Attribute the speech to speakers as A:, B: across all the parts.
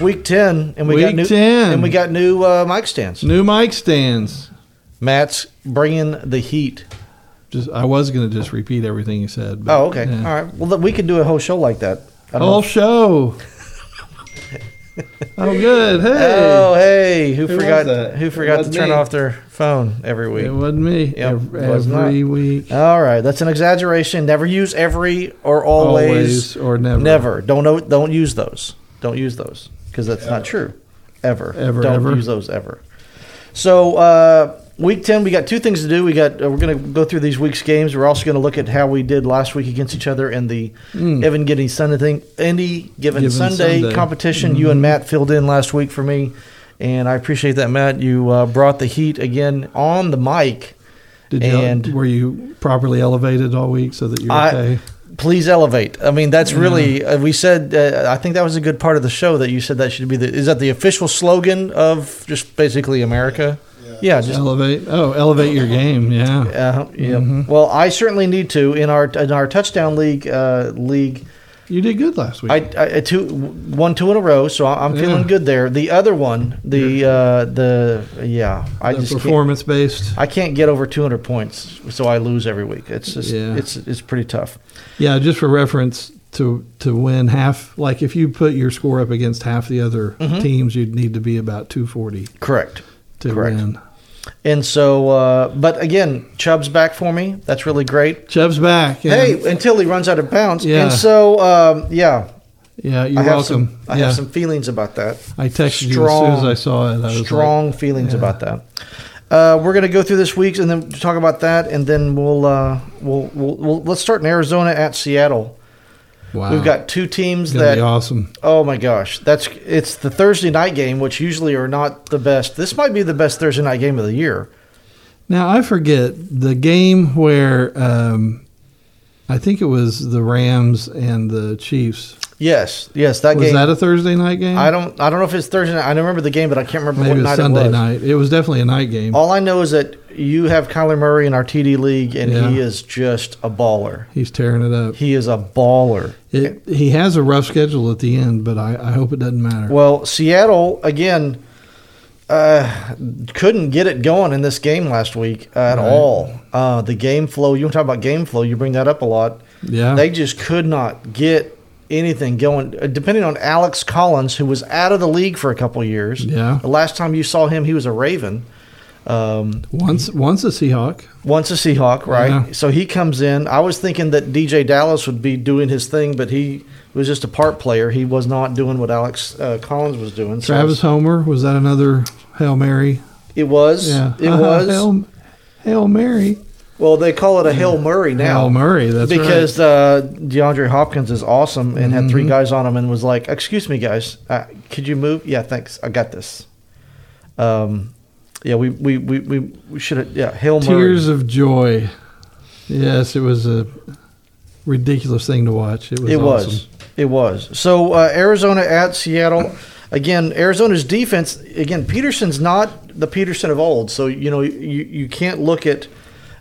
A: week ten, and we got
B: Week
A: new
B: 10.
A: and we got new uh, mic stands.
B: New mic stands.
A: Matt's bringing the heat.
B: Just I was going to just repeat everything you said. but,
A: Oh, okay,
B: yeah.
A: all right. Well, th- we could do a whole show like that. I don't
B: Whole
A: know.
B: show. oh, good. Hey.
A: Oh, hey, who,
B: Who was
A: forgot?
B: that?
A: Who
B: It
A: forgot to
B: wasn't
A: turn
B: me.
A: off their phone every week?
B: it wasn't me.
A: Yep,
B: Ev-
A: was not.
B: every week.
A: All right, that's an exaggeration. Never use every or always.
B: Always, or never.
A: Never. Don't know. Don't use those. Don't use those because that's not true. Ever.
B: Ever,
A: Don't
B: ever.
A: use those ever. So uh, week ten, we got two things to do. We got uh, we're going to go through these week's games. We're also going to look at how we did last week against each other in the
B: Mm.
A: Evan Giddy Sunday thing. Any given,
B: Given
A: Sunday,
B: Sunday. Mm-hmm.
A: competition. You and Matt filled in last week for me, and I appreciate that, Matt. You uh, brought the heat again on the mic.
B: Did you?
A: and-
B: were you properly elevated all week so that you're
A: I-
B: okay?
A: please elevate. I mean, that's really uh, we said. Uh, I think that was a good part of the show that you said that should be the. Is that the official slogan of just basically America? Yeah. just.
B: elevate. Oh, elevate your game. Yeah.
A: Uh, yeah.
B: Mhm.
A: Well, I certainly need to in our in our touchdown league uh, league.
B: You did good last week.
A: I, I I- two one two in a row, so I'm feeling
B: Yeah.
A: good there. The other one, the uh, the yeah, I
B: the
A: just can't,
B: performance based.
A: I can't get over 200 points, so I lose every week. It's just
B: Yeah.
A: it's it's pretty tough.
B: Yeah, just for reference to to win half. Like if you put your score up against half the other
A: Mm-hmm.
B: teams, you'd need to be about two forty
A: Correct.
B: to
A: Correct.
B: win.
A: And so, uh, but again, Chubb's back for me. That's really great.
B: Chubb's back. and-
A: Hey, until he runs out of bounds.
B: Yeah.
A: And so, um, yeah,
B: yeah, you're
A: I have
B: welcome.
A: some. I
B: yeah.
A: have some feelings about that.
B: I texted you as soon as I saw it. I was
A: strong feelings
B: yeah.
A: about that. Uh, we're going to go through this week's and then talk about that, and then we'll uh, we'll, we'll, we'll let's start in Arizona at Seattle.
B: Like, wow,
A: We've got two teams
B: it's gonna
A: that
B: be awesome.
A: Oh my gosh, that's it's the Thursday night game, which usually are not the best. This might be the best Thursday night game of the year.
B: Now I forget the game where um, I think it was the Rams and the Chiefs.
A: Yes, yes, that
B: was
A: game.
B: that a Thursday night game?
A: I don't I don't know if it's Thursday night. I don't remember the game, but I can't remember
B: Mm-hmm. Maybe
A: what
B: it was
A: night
B: Sunday
A: it was. Oh.
B: night. It was definitely a night game.
A: All I know is that you have Kyler Murray in our TD league, and
B: Yeah.
A: he is just a baller.
B: He's tearing it up.
A: He is a baller.
B: It, he has a rough schedule at the end, but I, I hope it doesn't matter.
A: Well, Seattle again uh, couldn't get it going in this game last week at
B: Right.
A: all. Uh, the game flow. You talk about game flow. You bring that up a lot.
B: yeah,
A: They just could not get anything going. Uh, Depending on Alex Collins, who was out of the league for a couple years.
B: yeah.
A: The last time you saw him, he was a Raven. Um,
B: Once, once a Seahawk.
A: once a Seahawk, right?
B: Yeah.
A: So he comes in. I was thinking that DJ Dallas would be doing his thing, but he was just a part player. He was not doing what Alex uh, Collins was doing. So
B: Travis Homer was that another hail mary?
A: it was.
B: Yeah, Uh-huh.
A: It was.
B: hail, hail mary.
A: Well, they call it a Hail Murray now.
B: hail Murray. That's
A: because uh, DeAndre Hopkins is awesome and had
B: Mm-hmm.
A: three guys on him and was like, "Excuse me, guys, uh, could you move? Yeah, thanks, I got this." Um, yeah, we we we we, we should have. Yeah, Hail
B: right.
A: Murray.
B: tears of joy. Yes, it was a ridiculous thing to watch. It was.
A: It was.
B: awesome.
A: It was. So uh, Arizona at Seattle. Again, Arizona's defense. Again, Peterson's not the Peterson of old. So you know you you can't look at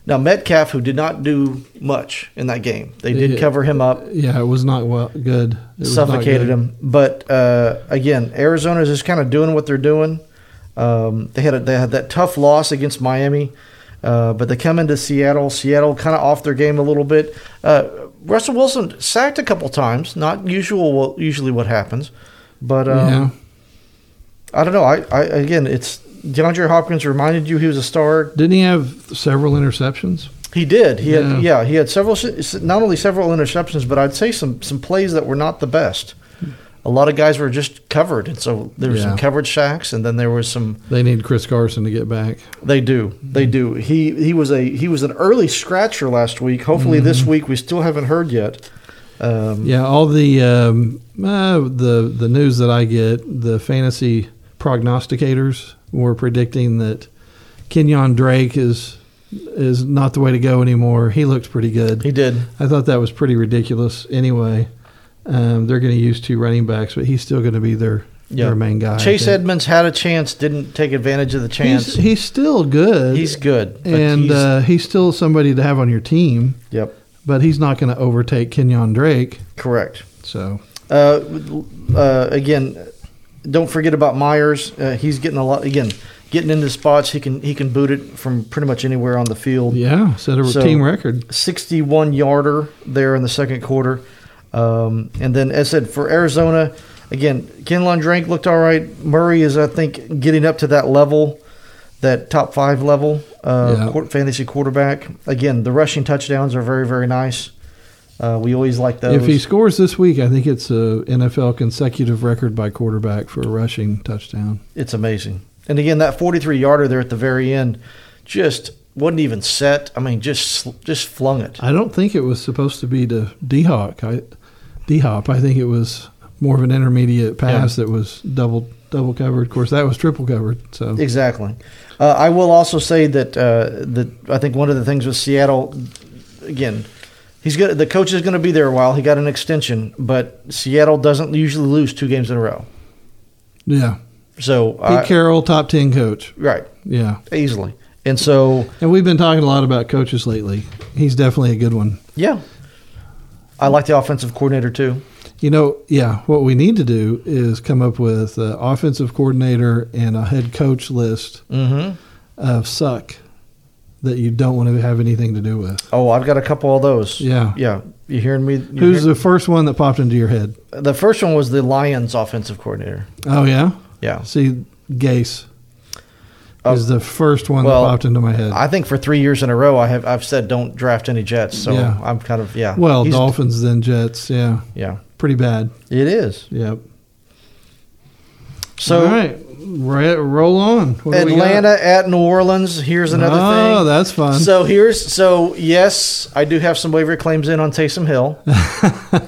A: now Metcalf, who did not do much in that game. They did
B: Yeah.
A: cover him up.
B: Yeah, it was not well good. It was not
A: suffocated
B: good.
A: them. But uh, again, Arizona's just kind of doing what they're doing. Um, they had a, they had that tough loss against Miami, uh, but they come into Seattle. Seattle kind of off their game a little bit. Uh, Russell Wilson sacked a couple times. Not usual. Usually, what happens. But um,
B: yeah,
A: I don't know. I, I again, it's DeAndre Hopkins reminded you he was a star.
B: didn't he have several interceptions?
A: He did. He
B: Yeah.
A: had yeah. He had several not only several interceptions, but I'd say some some plays that were not the best. A lot of guys were just covered, and so there were some
B: Yeah.
A: covered sacks, and then there was some.
B: They need Chris Carson to get back.
A: They do, they do. He he was a he was an early scratcher last week. Hopefully this week we still haven't heard yet. Um,
B: Mm-hmm. Yeah, all the um, uh, the the news that I get, the fantasy prognosticators were predicting that Kenyon Drake is is not the way to go anymore. He looks pretty good.
A: He did.
B: I thought that was pretty ridiculous. Anyway, um, they're going to use two running backs, but he's still going to be their
A: Yeah.
B: their main guy. I
A: Chase
B: think.
A: Edmonds had a chance, didn't take advantage of the
B: he's,
A: chance. He's,
B: he's still good.
A: good, but
B: and
A: he's-
B: uh, he's still somebody to have on your team,
A: yep,
B: but he's not going to overtake Kenyon Drake.
A: correct.
B: So
A: uh, uh, again, don't forget about Myers. Uh, he's getting a lot again, getting into spots. He can he can boot it from pretty much anywhere on the field.
B: Yeah, set a
A: So-
B: team record.
A: 61 yarder there in the second quarter. Um, and then, as I said, for Arizona, again, Kenlon Drake looked all right. Murray is, I think, getting up to that level, that top five level uh,
B: Yeah.
A: quar- fantasy quarterback. Again, the rushing touchdowns are very, very nice. Uh, we always like those.
B: If he scores this week, I think it's a NFL consecutive record by quarterback for a rushing touchdown.
A: it's amazing. And again, that 43 yarder there at the very end just wasn't even set. I mean, just sl- just flung it.
B: I don't think it was supposed to be to D Hawk. I D Hop. I think it was more of an intermediate pass that was double double covered. Of course, that was triple covered. So
A: Exactly. Uh, I will also say that uh, that I think one of the things with Seattle, again, he's got the coach is going to be there a while. He got an extension, but Seattle doesn't usually lose two games in a row.
B: yeah,
A: So
B: Pete
A: I,
B: Carroll, top ten coach.
A: right,
B: Yeah,
A: easily. And so
B: and we've been talking a lot about coaches lately. He's definitely a good one.
A: yeah, I like the offensive coordinator too.
B: You know, yeah, what we need to do is come up with an offensive coordinator and a head coach list
A: Mm-hmm.
B: of suck that you don't want to have anything to do with.
A: Oh, I've got a couple of those.
B: Yeah.
A: yeah. You hearing me? you
B: Who's the first one that popped into your head?
A: hear- the first one was the Lions offensive coordinator.
B: Oh, yeah?
A: Yeah,
B: See, Gase
A: Oh.
B: is the first one
A: Well,
B: that popped into my head.
A: I think for three years in a row, I have I've said don't draft any Jets. So
B: Yeah.
A: I'm kind of yeah.
B: well,
A: He's-
B: Dolphins, then Jets. Yeah.
A: Yeah,
B: Pretty bad.
A: it is.
B: Yep.
A: So
B: All right. Ro- roll on. What do we got?
A: Atlanta at New Orleans. Here's another
B: Oh,
A: thing.
B: that's fun.
A: So here's so yes, I do have some waiver claims in on Taysom Hill.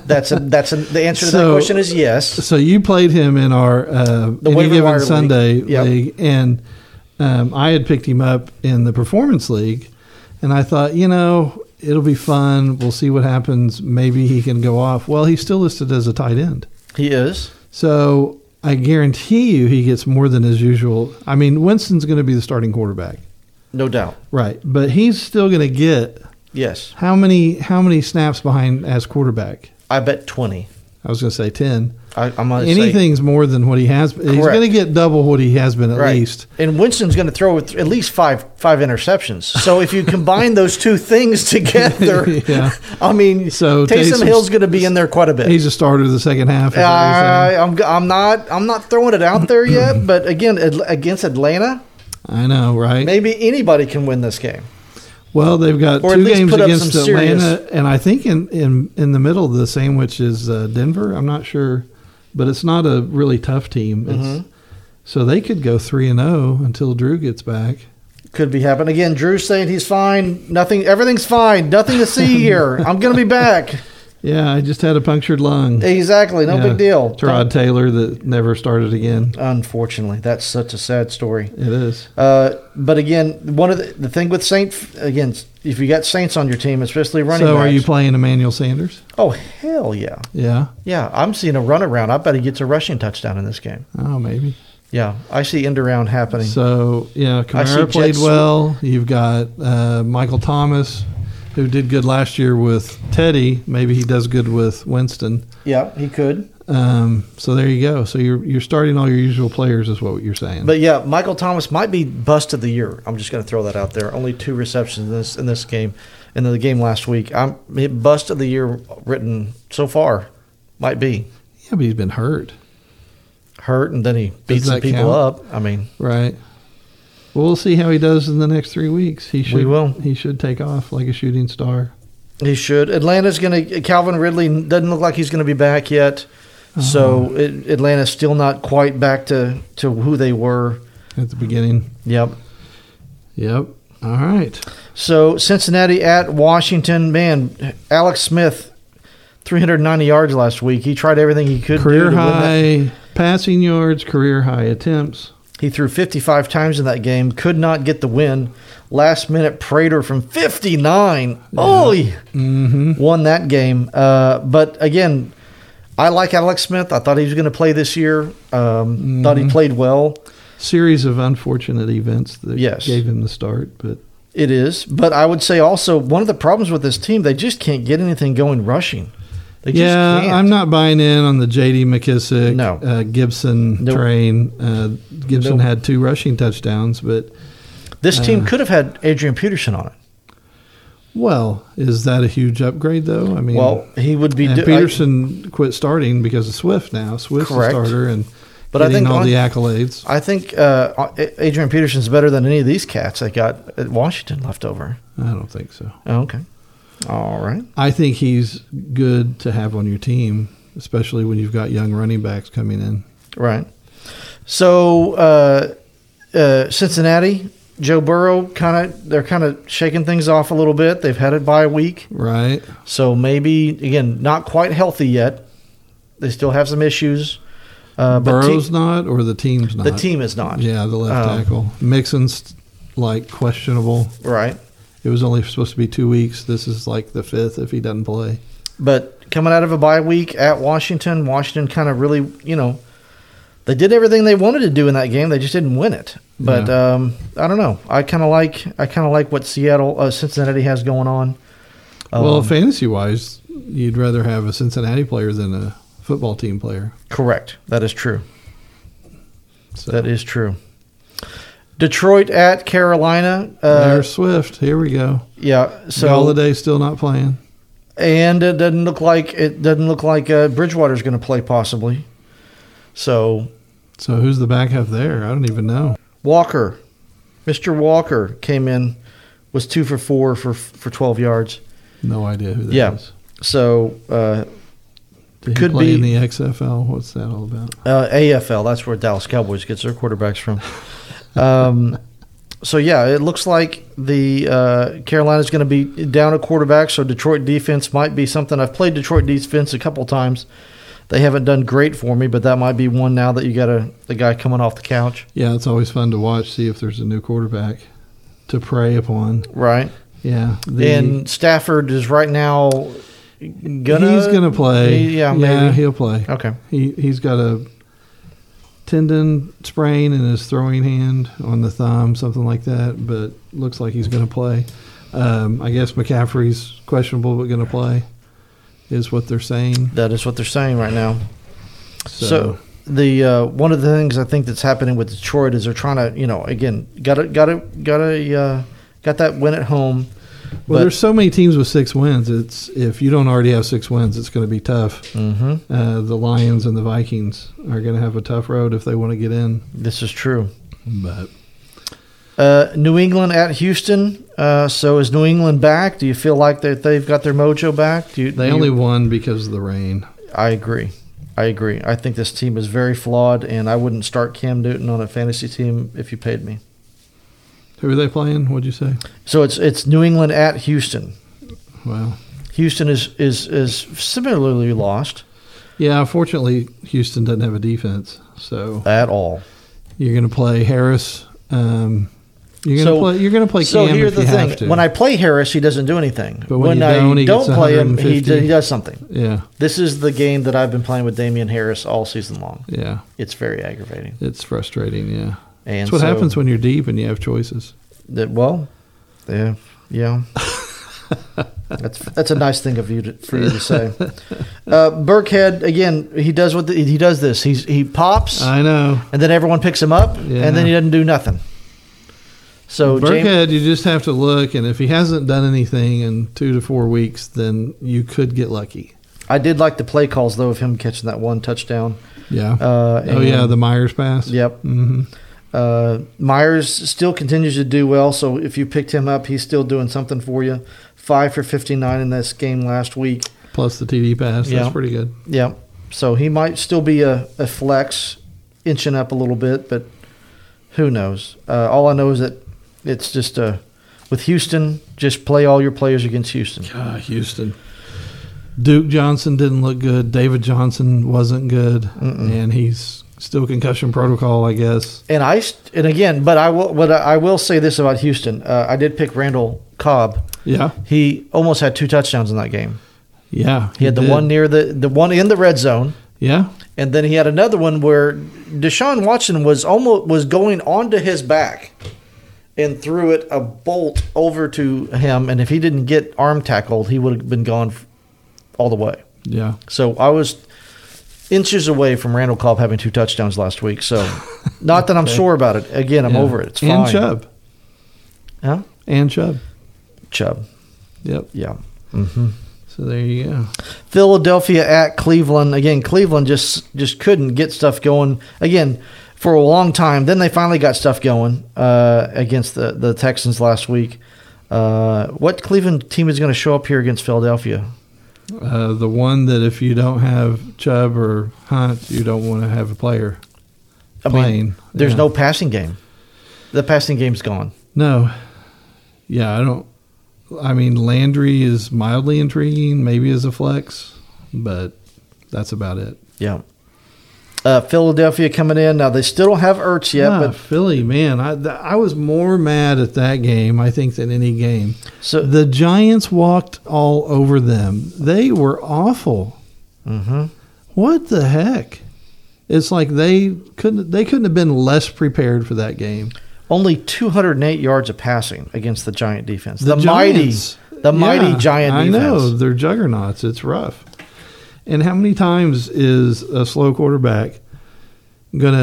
A: that's a, that's a, the answer to that
B: So-
A: question is yes.
B: So you played him in our uh,
A: The
B: any
A: waiver wire
B: given
A: league.
B: Sunday league,
A: Yep.
B: and um, I had picked him up in the performance league, and I thought, you know, it'll be fun. We'll see what happens. Maybe he can go off. Well, he's still listed as a tight end,
A: He is.
B: so I guarantee you he gets more than his usual. I mean, Winston's going to be the starting quarterback,
A: No doubt.
B: right? But he's still going to get
A: Yes.
B: how many how many snaps behind as quarterback?
A: I bet 20.
B: I was going to say ten.
A: I, I'm going to say
B: Anything's more than what he has. He's
A: Correct.
B: going to get double what he has been at
A: Right.
B: least.
A: And Winston's going to throw at at least five five interceptions. So if you combine those two things together,
B: Yeah.
A: I mean,
B: So
A: Taysom,
B: Taysom's-
A: Hill's going to be in there quite a bit.
B: He's a starter the second half. is what you're
A: I, I'm I'm not I'm not throwing it out there yet, but again Atl- against Atlanta,
B: saying. I know, right?
A: maybe anybody can win this game.
B: Well, they've got
A: Or at
B: two
A: least
B: games
A: put up
B: against
A: some
B: Atlanta,
A: serious-
B: and I think in, in in the middle the sandwich is uh, Denver. I'm not sure, but it's not a really tough team. It's,
A: Mm-hmm.
B: So they could go three and zero until Drew gets back.
A: Could be happening again. Drew's saying he's fine, nothing, everything's fine, nothing to see here. I'm gonna be back.
B: Yeah, I just had a punctured lung.
A: Exactly, no
B: Yeah.
A: big deal.
B: Terod Taylor that never started again.
A: Unfortunately, that's such a sad story.
B: It is.
A: Uh, but again, one of the, the thing with Saint again, if you got Saints on your team, especially running.
B: So are you
A: backs-
B: playing Emmanuel Sanders?
A: oh hell yeah,
B: Yeah.
A: yeah! I'm seeing a runaround. I bet he gets a rushing touchdown in this game.
B: Oh, maybe.
A: Yeah, I see end around happening.
B: So yeah,
A: I see
B: Kamara played
A: Jets-
B: well. You've got uh, Michael Thomas, who did good last year with Teddy. Maybe he does good with Winston.
A: yeah, he could.
B: Um, so there you go. So you're you're starting all your usual players, is what you're saying.
A: But yeah, Michael Thomas might be bust of the year. I'm just going to throw that out there. Only two receptions in this in this game, in the game last week. I'm bust of the year written so far. Might be
B: yeah, but he's been hurt,
A: hurt, and then he beat
B: Does
A: some
B: that
A: people
B: count?
A: up. I mean,
B: right? Well, we'll see how he does in the next three weeks. He should
A: will.
B: he should take off like a shooting star.
A: he should. Atlanta's going to Calvin Ridley doesn't look like he's going to be back yet.
B: Uh-huh.
A: So it, Atlanta's still not quite back to to who they were.
B: at the beginning.
A: Yep.
B: Yep. All right.
A: So Cincinnati at Washington, man, Alex Smith, 390 yards last week. He tried everything he could. do to
B: Career
A: win that
B: high passing yards, career high attempts.
A: He threw 55 times in that game, could not get the win. Last minute Prater from 59. Holy!
B: Mm-hmm.
A: Won that game. Uh, but again, I like Alex Smith. I thought he was going to play this year. Um, Thought
B: Mm-hmm.
A: he played well.
B: series of unfortunate events that
A: Yes.
B: gave him the start. But
A: It is. But I would say also one of the problems with this team, they just can't get anything going rushing. They
B: yeah,
A: just can't.
B: I'm not buying in on the J.D. McKissick,
A: No.
B: uh, Gibson
A: Nope.
B: train. Uh, Gibson
A: Nope.
B: had two rushing touchdowns, but
A: This team
B: uh,
A: could have had Adrian Peterson on it.
B: well, is that a huge upgrade though? I mean,
A: Well, he would be.
B: and
A: do- I-
B: Peterson quit starting because of Swift now. Swift's the
A: Correct.
B: starter and
A: But I
B: getting
A: think
B: all
A: on-
B: the accolades.
A: I think uh, A- Adrian Peterson's better than any of these cats that got at Washington left over.
B: I don't think so.
A: Oh, okay. All right.
B: I think he's good to have on your team, especially when you've got young running backs coming in.
A: Right. So uh, uh, Cincinnati, Joe Burrow, kind of they're kind of shaking things off a little bit. They've had it by a week,
B: Right.
A: so maybe again not quite healthy yet. They still have some issues. Uh, but te-
B: Burrow's not, or the team's not.
A: the team is not
B: Yeah, the left
A: Um,
B: tackle. Mixon's like questionable.
A: right.
B: It was only supposed to be two weeks. This is like the fifth if he doesn't play.
A: But coming out of a bye week at Washington, Washington kind of really, you know, they did everything they wanted to do in that game. They just didn't win it. But um, I don't know. I kind of like I kind of like what Seattle, uh, Cincinnati has going on. Um,
B: well, fantasy wise, you'd rather have a Cincinnati player than a football team player.
A: correct. That is true.
B: So
A: That is true. Detroit at Carolina. Uh,
B: there's Swift. Here we go.
A: yeah. So
B: So Galladay still not playing.
A: and it doesn't look like it doesn't look like uh, Bridgewater's going to play possibly. So
B: So who's the back half there? I don't even know.
A: Walker, Mr. Walker came in, was two for four for for twelve yards.
B: No idea who that is.
A: Yeah. So uh,
B: Did he
A: Could
B: play
A: be-
B: in the XFL. What's that all about?
A: uh, AFL, that's where Dallas Cowboys gets their quarterbacks from. Um, so yeah, it looks like the uh, Carolina's going to be down a quarterback. So Detroit defense might be something. I've played Detroit defense a couple times. They haven't done great for me, but that might be one now that you got a the guy coming off the couch,
B: Yeah, it's always fun to watch. See if there's a new quarterback to prey upon.
A: right?
B: Yeah, the-
A: and Stafford is right now gonna
B: he's gonna play.
A: Yeah, maybe.
B: he'll play.
A: okay.
B: He he's got a tendon sprain in his throwing hand on the thumb, something like that. But looks like he's gonna play. Um, I guess McCaffrey's questionable, but gonna play is what they're saying.
A: That is what they're saying right now.
B: So,
A: So- The uh, one of the things I think that's happening with Detroit is they're trying to, you know, again, got to, got to, got to, uh, got that win at home.
B: well,
A: but-
B: there's so many teams with six wins. It's if you don't already have six wins, it's gonna be tough.
A: Mm-hmm.
B: Uh, the Lions and the Vikings are gonna have a tough road if they want to get in.
A: This is true.
B: But
A: Uh, New England at Houston. Uh, so is New England back? Do you feel like that they've got their mojo back? Do you,
B: they
A: do
B: only
A: you-
B: won because of the rain.
A: I agree. I agree. I think this team is very flawed, and I wouldn't start Cam Newton on a fantasy team if you paid me.
B: Who are they playing? What'd you say?
A: So it's it's New England at Houston.
B: Wow.
A: Houston is is is similarly lost
B: Yeah, fortunately, Houston doesn't have a defense, so
A: at all.
B: you're going to play Harris. Um, you're going to
A: So-
B: play. You're going to play Cam if you have to.
A: When I play Harris, he doesn't do anything.
B: But when you
A: I
B: don't, he
A: don't
B: gets
A: play him, he,
B: 150.
A: he does something.
B: yeah,
A: This is the game that I've been playing with Damian Harris all season long.
B: yeah,
A: It's very aggravating.
B: it's frustrating. Yeah,
A: And
B: that's what
A: so-
B: happens when you're deep and you have choices.
A: That, well, yeah, yeah. that's that's a nice thing of you to, for you to say. Uh, Burkhead again. He does what the, he does. This he's he pops.
B: I know.
A: and then everyone picks him up,
B: Yeah.
A: and then he doesn't do nothing. So James,
B: Burkhead, you just have to look, and if he hasn't done anything in two to four weeks, then you could get lucky.
A: I did like the play calls though of him catching that one touchdown.
B: Yeah.
A: Uh,
B: oh yeah,
A: and,
B: the Myers pass.
A: yep.
B: hmm
A: Uh, Myers still continues to do well, so if you picked him up, he's still doing something for you. Five for fifty nine in this game last week.
B: Plus the TD pass.
A: Yeah.
B: That's pretty good.
A: Yep. So he might still be a, a flex, inching up a little bit, but who knows? Uh, all I know is that it's just a with Houston, just play all your players against Houston.
B: Ah, Houston. Duke Johnson didn't look good. David Johnson wasn't good,
A: Mm-mm.
B: and he's still concussion protocol, I guess.
A: And I st- and again, but I will. But I will say this about Houston: uh, I did pick Randall Cobb.
B: Yeah,
A: He almost had two touchdowns in that game.
B: yeah.
A: He, had the
B: did.
A: one near the the one in the red zone,
B: Yeah,
A: and then he had another one where Deshaun Watson was almost was going onto his back and threw it a bolt over to him. And if he didn't get arm tackled, he would have been gone f- all the way.
B: Yeah.
A: So I was inches away from Randall Cobb having two touchdowns last week. So not that I'm
B: Okay.
A: sore about it. Again, I'm
B: Yeah.
A: over it. It's fine.
B: And Chubb.
A: Yeah.
B: And Chubb.
A: Chubb.
B: Yep.
A: Yeah. hmm
B: So there you go.
A: Philadelphia at Cleveland. Again, Cleveland just just couldn't get stuff going. Again, for a long time. Then they finally got stuff going uh, against the, the Texans last week. Uh, what Cleveland team is going to show up here against Philadelphia?
B: Uh, the one that if you don't have Chubb or Hunt, you don't want to have a player
A: I mean,
B: playing.
A: There's
B: Yeah.
A: no passing game. The passing game's gone.
B: No. Yeah, I don't. I mean, Landry is mildly intriguing, maybe as a flex, but that's about it.
A: Yeah. Uh, Philadelphia coming in now. They still don't have Ertz yet,
B: Ah, Philly, man, I th- I was more mad at that game, I think, than any game.
A: but so
B: The Giants walked all over them. They were awful.
A: Mhm.
B: What the heck? It's like they couldn't they couldn't have been less prepared for that game.
A: only 208 yards of passing against the Giant defense. The,
B: The
A: mighty,
B: Giants.
A: the mighty
B: Yeah,
A: Giant
B: I
A: defense.
B: know they're juggernauts. It's rough. And how many times is a slow quarterback going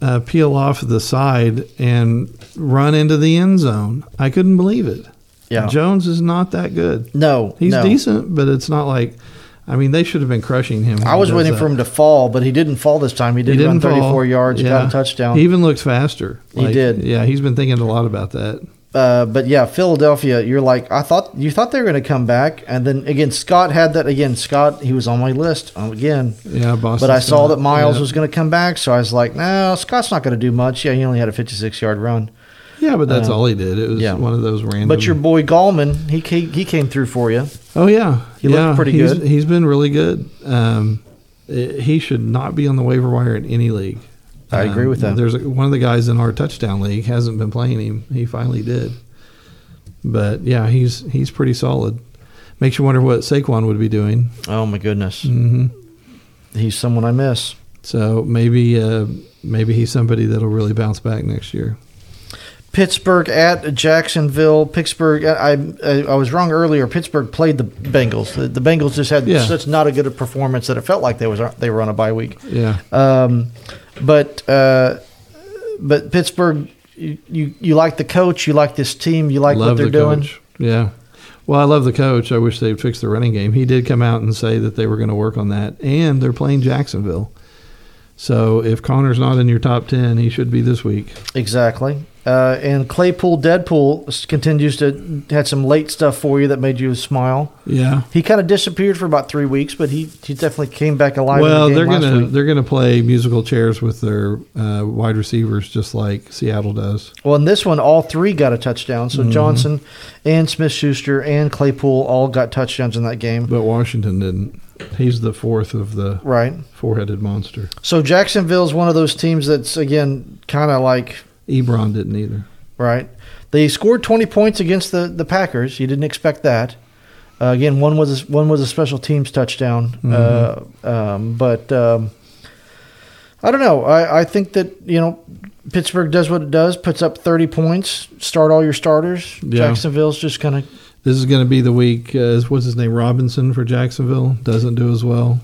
B: to uh, peel off the side and run into the end zone? I couldn't believe it.
A: Yeah.
B: Jones is not that good.
A: no,
B: He's
A: no.
B: decent, but it's not like. I mean, they should have been crushing him. when
A: I was
B: he does
A: waiting
B: that.
A: for him to fall, but he didn't fall this time. He did run 34
B: fall.
A: yards, got a touchdown.
B: He even looked faster.
A: He did.
B: Yeah, he's been thinking a lot about that.
A: uh, but yeah, Philadelphia, you're like, I thought you thought they were going to come back, and then again, Scott had that again. Scott, he was on my list um, again,
B: Yeah, Boston.
A: but I saw that Miles was going to come back, so I was like, no, Scott's not going to do much. Yeah, he only had a 56 yard run,
B: Yeah, but that's
A: Uh,
B: all he did. It was
A: yeah.
B: one of those random.
A: but your boy Gallman, he came, he came through for you.
B: Oh yeah,
A: He looked
B: yeah,
A: pretty
B: he's,
A: good.
B: He's been really good. Um, i- he should not be on the waiver wire in any league.
A: I agree
B: Um,
A: with that.
B: There's a, one of the guys in our touchdown league hasn't been playing him. He finally did. But yeah, he's he's pretty solid. Makes you wonder what Saquon would be doing.
A: Oh my goodness,
B: hmm
A: he's someone I miss.
B: So maybe uh, maybe he's somebody that'll really bounce back next year.
A: Pittsburgh at Jacksonville. Pittsburgh. I I, I was wrong earlier. Pittsburgh played the Bengals. The, the Bengals just had
B: Yeah.
A: such not a good a performance that it felt like they was they were on a bye week.
B: Yeah,
A: Um, but uh, but Pittsburgh, you, you you like the coach, you like this team, you like what
B: love
A: they're
B: the
A: doing.
B: coach. Yeah. Well, I love the coach. I wish they'd fix the running game. He did come out and say that they were going to work on that, and they're playing Jacksonville. So if Connor's not in your top ten, he should be this week.
A: Exactly. Uh, and Claypool Deadpool s- continues to had some late stuff for you that made you smile.
B: Yeah.
A: He kind of disappeared for about three weeks, but he, he definitely came back alive.
B: well,
A: in the
B: they're
A: game last
B: gonna
A: week.
B: they're gonna play musical chairs with their uh, wide receivers, just like Seattle does.
A: Well, in this one, all three got a touchdown. So Johnson and Smith Schuster and Claypool all got touchdowns in that game.
B: But Washington didn't. He's the fourth of the
A: Right.
B: four-headed monster.
A: So Jacksonville's one of those teams that's, again, kind of like,
B: Ebron didn't either.
A: right? They scored 20 points against the, the Packers. You didn't expect that. Uh, again, one was a, one was a special teams touchdown, uh, um, but um, I don't know. I, I think that you know Pittsburgh does what it does, puts up thirty points, start all your starters.
B: Yeah.
A: Jacksonville's just gonna
B: This is going to be the week. Uh, what's his name? Robinson for Jacksonville doesn't do as well.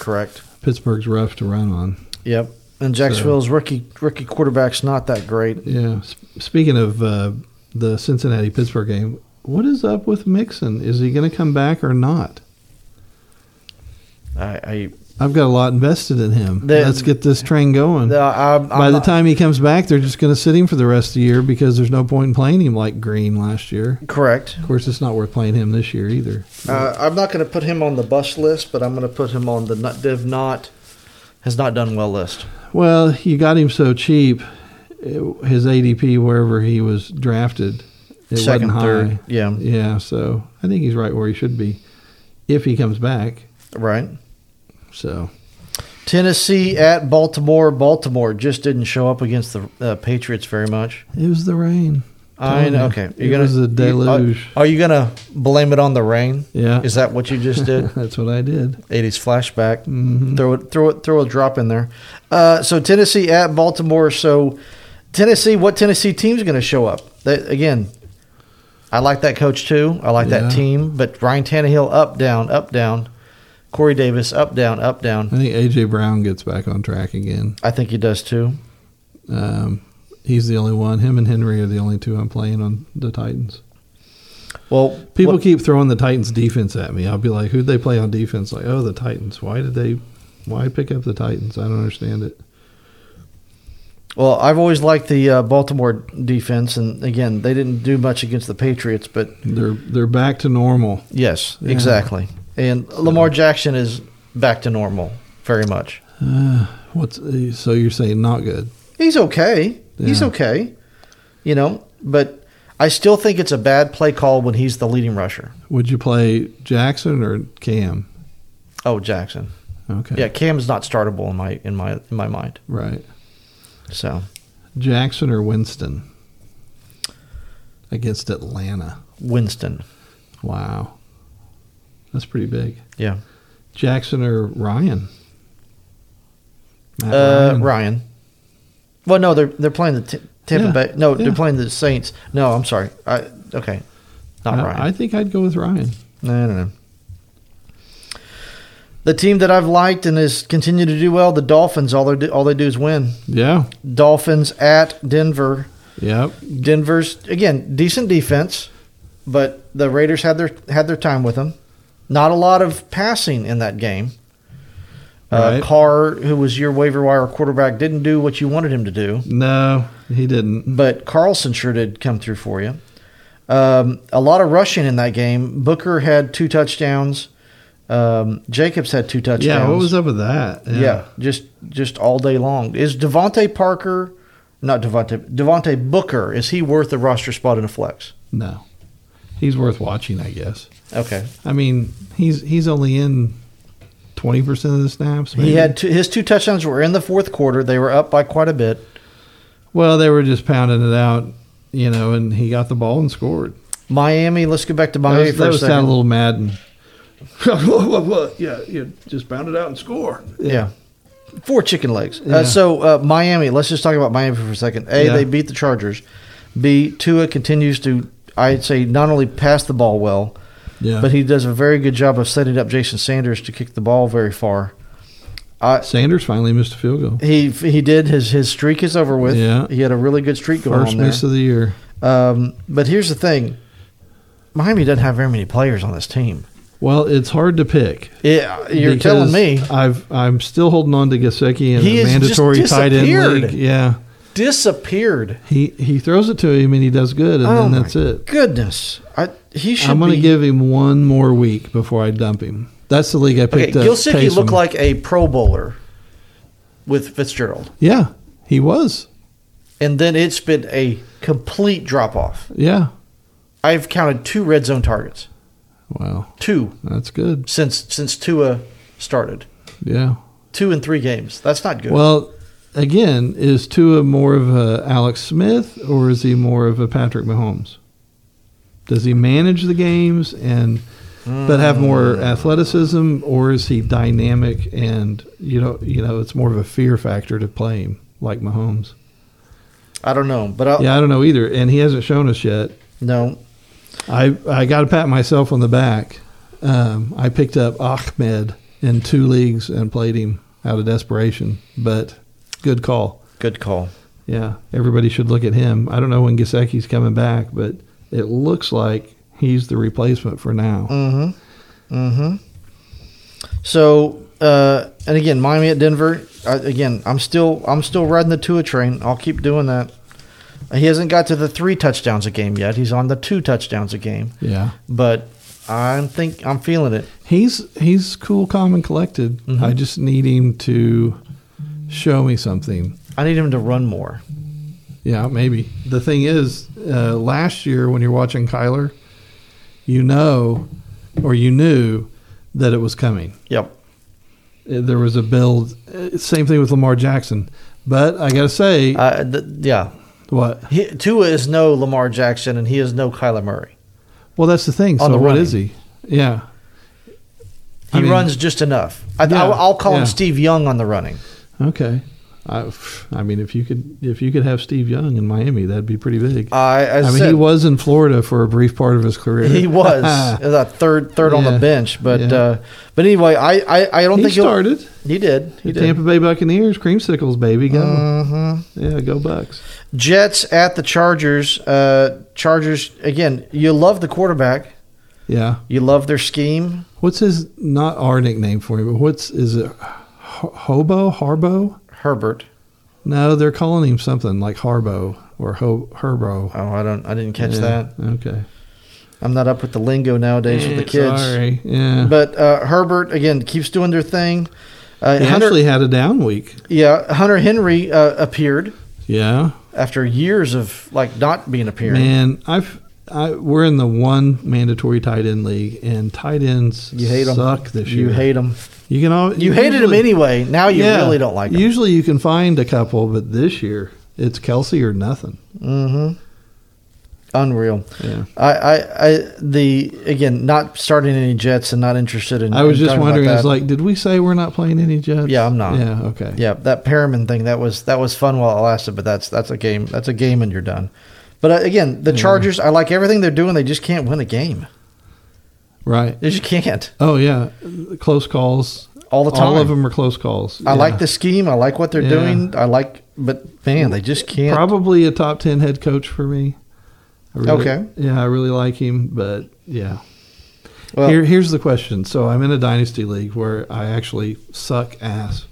A: correct.
B: Pittsburgh's rough to run on.
A: Yep. And Jacksonville's rookie rookie quarterback's not that great.
B: Yeah. S- Speaking of uh, the Cincinnati Pittsburgh game, what is up with Mixon? Is he going to come back or not?
A: I, I,
B: I've got a lot invested in him.
A: The-
B: Let's get this train going.
A: the- I I'm
B: By the
A: not-
B: time he comes back, they're just going to sit him for the rest of the year because there's no point in playing him like Green last year.
A: correct,
B: Of course, it's not worth playing him this year either.
A: uh, I'm not going to put him on the bus list, but I'm going to put him on the not, have not has not done well list.
B: Well, you got him so cheap. it- his ADP, wherever he was drafted, it
A: Second,
B: wasn't
A: third,
B: high.
A: yeah,
B: Yeah, so I think he's right where he should be if he comes back.
A: right.
B: So
A: Tennessee at Baltimore. Baltimore just didn't show up against the uh, Patriots very much.
B: it was the rain.
A: I
B: Told
A: know.
B: you.
A: Okay,
B: It was a
A: you- uh,
B: deluge.
A: are, are you going to blame it on the rain?
B: Yeah,
A: Is that what you just did?
B: that's what I did.
A: 80s flashback.
B: Mhm.
A: Throw it, throw it, throw a drop in there. Uh, so Tennessee at Baltimore. So Tennessee, what Tennessee team's going to show up? That, again, I like that coach too. I like
B: Yeah.
A: that team, but Ryan Tannehill up down up down. Corey Davis, up, down, up, down.
B: I think AJ Brown gets back on track again.
A: I think he does too.
B: Um, he's the only one. Him and Henry are the only two I'm playing on the Titans.
A: Well,
B: People
A: what-
B: keep throwing the Titans defense at me. I'll be like, who'd they play on defense? Like, oh, the Titans. Why did they? Why pick up the Titans? I don't understand it.
A: Well, I've always liked the uh, Baltimore defense, and again, they didn't do much against the Patriots, but
B: They're they're back to normal.
A: yes,
B: Yeah.
A: exactly. And Lamar Jackson is back to normal, very much.
B: Uh, what's so you're saying not good?
A: He's okay. He's
B: Yeah.
A: okay. You know, but I still think it's a bad play call when he's the leading rusher.
B: Would you play Jackson or Cam?
A: Oh, Jackson.
B: Okay.
A: Yeah, Cam's not startable in my in my in my mind.
B: Right.
A: So
B: Jackson or Winston against Atlanta.
A: Winston.
B: Wow. That's pretty big.
A: Yeah.
B: Jackson or Ryan? Matt
A: Uh, Ryan. Well, no, they're they're playing the t- Tampa
B: Yeah.
A: Bay. No,
B: Yeah.
A: they're playing the Saints. No, I'm sorry. I okay, not
B: I,
A: Ryan.
B: I think I'd go with Ryan.
A: no, no, no. The team that I've liked and has continued to do well, the Dolphins. All they do, all they do is win.
B: Yeah.
A: Dolphins at Denver.
B: Yep.
A: Denver's again decent defense, but the Raiders had their had their time with them. Not a lot of passing in that game. Uh,
B: Right.
A: Carr, who was your waiver wire quarterback, didn't do what you wanted him to do,
B: No, he didn't.
A: but Carlson sure did come through for you. Um, a lot of rushing in that game. Booker had two touchdowns. Um, Jacobs had two touchdowns.
B: Yeah, what was up with that?
A: Yeah. just just all day long. Is Devonte Parker, not Devonte Devonte Booker, is he worth a roster spot in a flex?
B: No. He's worth watching, I guess.
A: Okay,
B: I mean, he's he's only in 20% of the snaps.
A: he
B: maybe.
A: had two, his two touchdowns were in the fourth quarter. They were up by quite a bit.
B: Well, they were just pounding it out, you know, and he got the ball and scored.
A: Miami, let's go back to
B: That
A: Miami
B: was,
A: for
B: that
A: a
B: was sound a
A: second.
B: little Madden. yeah, yeah, just pound it out and score.
A: yeah. Four chicken legs.
B: Yeah.
A: Uh, so uh, Miami. Let's just talk about Miami for a second. A,
B: Yeah.
A: they beat the Chargers. B, Tua continues to, I'd say, not only pass the ball well,
B: yeah.
A: but he does a very good job of setting up Jason Sanders to kick the ball very far. I,
B: Sanders finally missed a field goal.
A: he he did his his streak is over with.
B: Yeah.
A: he had a really good streak going
B: First
A: on there.
B: miss of the year.
A: Um, but here's the thing: Miami doesn't have very many players on this team.
B: Well, it's hard to pick.
A: Yeah, you're
B: because
A: telling me
B: I've I'm still holding on to Gasecki in
A: He
B: a
A: has just
B: mandatory tight end
A: disappeared.
B: league. Yeah.
A: disappeared.
B: He he throws it to him and he does good and
A: oh
B: then that's
A: my
B: it.
A: goodness! I, he should.
B: I'm going to
A: be-
B: give him one more week before I dump him. That's the league I
A: Okay,
B: picked up.
A: Gilsicki
B: Taysom.
A: looked like a Pro Bowler with Fitzgerald,
B: Yeah, he was.
A: and then it's been a complete drop off.
B: Yeah.
A: I've counted two red zone targets,
B: Wow,
A: two
B: that's good.
A: since since Tua started.
B: Yeah.
A: Two in three games. That's not good.
B: Well, again, is Tua more of a Alex Smith or is he more of a Patrick Mahomes? Does he manage the games and
A: Mm.
B: but have more athleticism or is he dynamic and you know you know it's more of a fear factor to play him like Mahomes?
A: I don't know, but I,
B: Yeah, I don't know either, and he hasn't shown us yet.
A: no,
B: I I got to pat myself on the back. Um, I picked up Ahmed in two leagues and played him out of desperation, but good call.
A: good call.
B: Yeah, everybody should look at him. I don't know when Gasecki's coming back, but it looks like he's the replacement for now.
A: Mm-hmm. Mm-hmm. So, uh, and again, Miami at Denver. I, again, I'm still I'm still riding the Tua train. I'll keep doing that. He hasn't got to the three touchdowns a game yet. He's on the two touchdowns a game,
B: Yeah,
A: but I'm think I'm feeling it.
B: he's he's cool, calm, and collected.
A: Mhm.
B: I just need him to show me something.
A: I need him to run more.
B: Yeah, maybe. The thing is, uh, last year when you're watching Kyler, you know, or you knew that it was coming.
A: Yep.
B: Uh, There was a build. Uh, Same thing with Lamar Jackson. But I gotta say,
A: Uh, th- yeah.
B: what?
A: He, Tua is no Lamar Jackson, and he is no Kyler Murray.
B: Well, that's the thing.
A: On
B: So
A: the
B: what
A: running.
B: is he? Yeah.
A: He
B: I mean,
A: runs just enough. I,
B: Yeah,
A: I'll, I'll call
B: yeah.
A: him Steve Young on the running.
B: Okay. I, I mean, if you could if you could have Steve Young in Miami, that'd be pretty big.
A: I, Uh, as
B: I mean,
A: said,
B: he was in Florida for a brief part of his career.
A: He was the third third on the
B: Yeah.
A: bench, but
B: Yeah.
A: uh, but anyway, I I, I don't
B: he
A: think he'll-
B: started.
A: he did he
B: The
A: did.
B: Tampa Bay Buccaneers, creamsicles, baby, go.
A: Mhm.
B: Yeah, go Bucks.
A: Jets at the Chargers. Uh, Chargers again. You love the quarterback.
B: Yeah.
A: You love their scheme.
B: What's his not our nickname for him, but what's is it Ho- Hobo Harbo?
A: Herbert.
B: No, they're calling him something like Harbo or Ho- Herbo.
A: Oh, I don't. I didn't catch
B: Yeah,
A: that.
B: Okay.
A: I'm not up with the lingo nowadays with the
B: Eh,
A: kids.
B: Sorry. Yeah.
A: But uh, Herbert again keeps doing their thing. Uh,
B: he
A: Hunter,
B: actually had a down week.
A: yeah, Hunter Henry uh, appeared
B: Yeah.
A: after years of like not being appearing.
B: Man, I've I, we're in the one mandatory tight end league, and tight ends
A: You hate 'em.
B: suck this
A: you
B: year.
A: hate him.
B: you can all
A: You hated him anyway. Now you really don't like him.
B: Usually you can find a couple, but this year it's Kelsey or nothing.
A: Mm-hmm. Unreal.
B: Yeah.
A: I, I, I, the again, not starting any Jets and not interested in.
B: I was
A: in
B: just
A: talking about
B: wondering, it's
A: that.
B: like, did we say we're not playing any Jets?
A: Yeah, I'm not.
B: Yeah, okay.
A: yeah, that Perriman thing that was that was fun while it lasted, but that's that's a game. That's a game, and you're done. But uh, again, the
B: Yeah.
A: Chargers, I like everything they're doing. They just can't win a game.
B: Right.
A: They just can't
B: Oh yeah, close calls.
A: all the time.
B: All of them are close calls.
A: I
B: Yeah.
A: like the scheme. I like what they're
B: Yeah.
A: doing. I like, but man, they just can't.
B: Probably a top ten head coach for me. I really-
A: Okay.
B: Yeah, I really like him, but yeah.
A: Well,
B: Here, here's the question. So I'm in a dynasty league where I actually suck ass.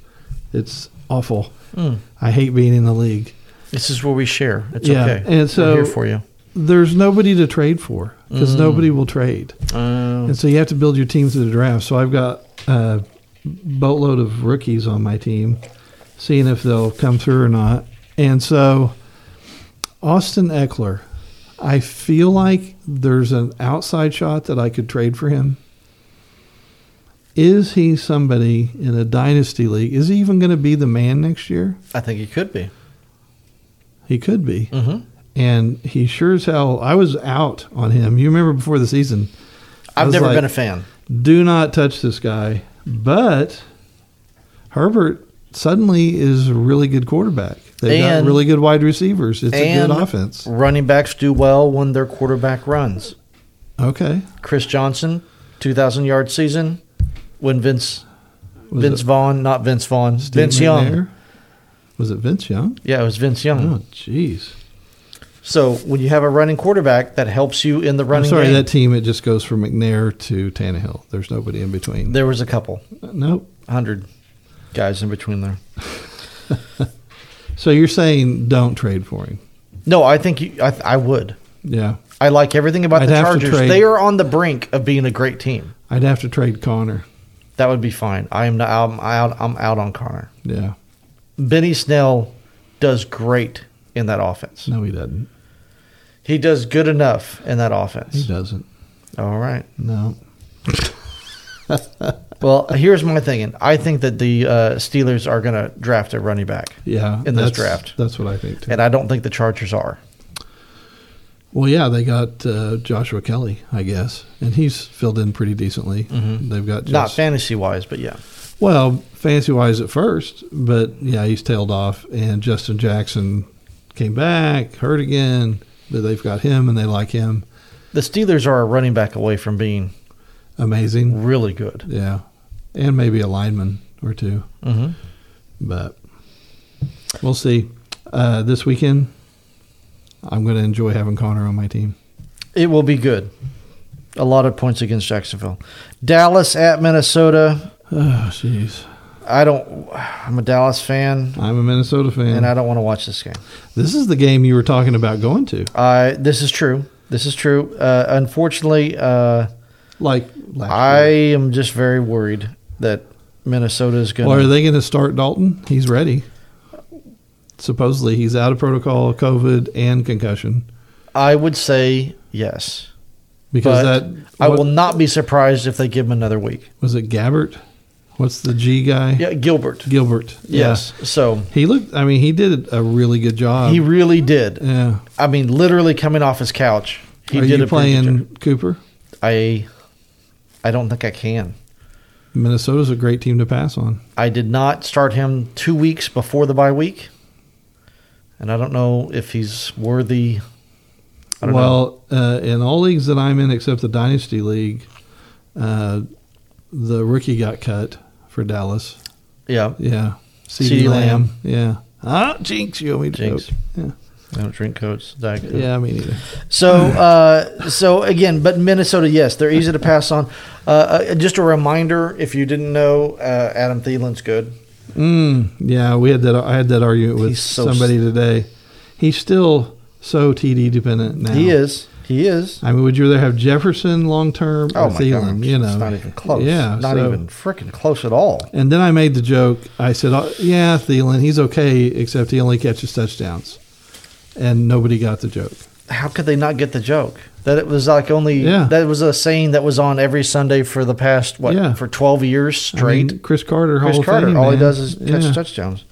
B: It's awful.
A: mm,
B: I hate being in the league.
A: this is where we share. It's
B: Yeah,
A: okay.
B: and so-
A: We're here for you.
B: There's nobody to trade for because
A: Mm.
B: nobody will trade,
A: Um,
B: and so you have to build your team through the draft. So I've got a boatload of rookies on my team, seeing if they'll come through or not. And so Austin Eckler, I feel like there's an outside shot that I could trade for him. Is he somebody in a dynasty league? Is he even going to be the man next year?
A: I think it could be.
B: He could be.
A: hmm
B: And he sure as hell, I was out on him. You remember before the season, I
A: I've
B: was
A: never
B: like-
A: been a fan.
B: do not touch this guy. But Herbert suddenly is a really good quarterback. They've
A: And-
B: got really good wide receivers. It's a
A: and-
B: good offense.
A: Running backs do well when their quarterback runs.
B: Okay.
A: Chris Johnson, 2,000 yard season. When Vince
B: Was
A: Vince
B: it
A: Vaughn, not Vince Vaughn,
B: Steve
A: Vince Young.
B: McNair? Was it Vince Young?
A: Yeah, it was Vince Young.
B: Oh, jeez.
A: So when you have a running quarterback, that helps you in the
B: I'm
A: running
B: sorry,
A: game.
B: that team, it just goes from McNair to Tannehill. There's nobody in between.
A: there was a couple
B: nope.
A: hundred guys in between there.
B: So you're saying don't trade for him.
A: No, I think you, I, I would.
B: Yeah.
A: I like everything about
B: I'd
A: the
B: have to
A: Chargers.
B: trade-
A: They are on the brink of being a great team.
B: I'd have to trade Connor.
A: That would be fine. I am not, I'm out. I'm out on Connor.
B: Yeah.
A: Benny Snell does great in that offense.
B: No, he doesn't.
A: He does good enough in that
B: He
A: offense.
B: doesn't.
A: All right.
B: No.
A: Well, here's my thinking. I think that the uh, Steelers are going to draft a running back,
B: Yeah.
A: In this
B: that's-
A: draft.
B: That's what I think too.
A: and I don't think the Chargers are.
B: Well, yeah, they got uh, Joshua Kelly, I guess, and he's filled in pretty decently. They've got just,
A: Not fantasy wise, but yeah.
B: well, fancy wise at first, but yeah, he's tailed off. And Justin Jackson came back, hurt again, but they've got him and they like him.
A: The Steelers are a running back away from being
B: Amazing,
A: really good.
B: yeah, and maybe a lineman or two,
A: hmm
B: but we'll see. Uh, this weekend, I'm going to enjoy having Connor on my team.
A: It will be good. A lot of points against Jacksonville. Dallas at Minnesota.
B: Oh, jeez,
A: I don't. I'm a Dallas fan,
B: I'm a Minnesota fan.
A: and I don't want to watch this game.
B: this is the game you were talking about going to.
A: I. Uh, This is true. This is true. Uh, unfortunately, uh,
B: like last
A: I
B: year.
A: am just very worried that Minnesota is going.
B: Or are
A: to...
B: they going to start Dalton? He's ready. Supposedly, he's out of protocol, COVID, and concussion.
A: I would say yes.
B: Because
A: But
B: that
A: I
B: what-
A: will not be surprised if they give him another week.
B: was it Gabbert. What's the G guy?
A: Yeah, Gilbert.
B: Gilbert. Yeah.
A: Yes. So
B: he looked. I mean, he did a really good job.
A: he really did.
B: yeah.
A: I mean, literally coming off his couch, he
B: Are
A: did
B: you
A: a pretty good job.
B: playing Cooper?
A: I I don't think I can.
B: Minnesota's a great team to pass on.
A: I did not start him two weeks before the bye week, and I don't know if he's worthy. I don't know.
B: Well, uh, in all leagues that I'm in except the Dynasty League, uh, the rookie got cut for Dallas.
A: Yeah,
B: Yeah.
A: CeeDee
B: CD Lamb. Yeah. Ah, jinx, you owe me a
A: Jinx.
B: joke. Yeah.
A: I don't drink coats. Diet Coke.
B: Yeah, me neither.
A: So, uh, so again, but Minnesota, yes, they're easy to pass on. Uh, uh, just a reminder, if you didn't know, uh, Adam Thielen's good.
B: Mm, yeah, we had that. I had that argument with
A: He's so
B: somebody today. He's still so TD dependent now.
A: He is. He is.
B: I mean, would you rather have Jefferson long term or
A: Oh my
B: Thielen?
A: god!
B: you know,
A: it's not even close.
B: Yeah,
A: not
B: so-
A: even freaking close at all.
B: And then I made the joke. I said, oh, "Yeah, Thielen, he's okay, except he only catches touchdowns," and nobody got the joke.
A: How could they not get the joke? That it was like only
B: Yeah.
A: that was a saying that was on every Sunday for the past what
B: Yeah.
A: for twelve years
B: I
A: straight.
B: mean, Chris Carter,
A: Chris
B: Hall of
A: Carter,
B: Fame,
A: all he
B: man.
A: does is catch
B: Yeah.
A: touchdowns.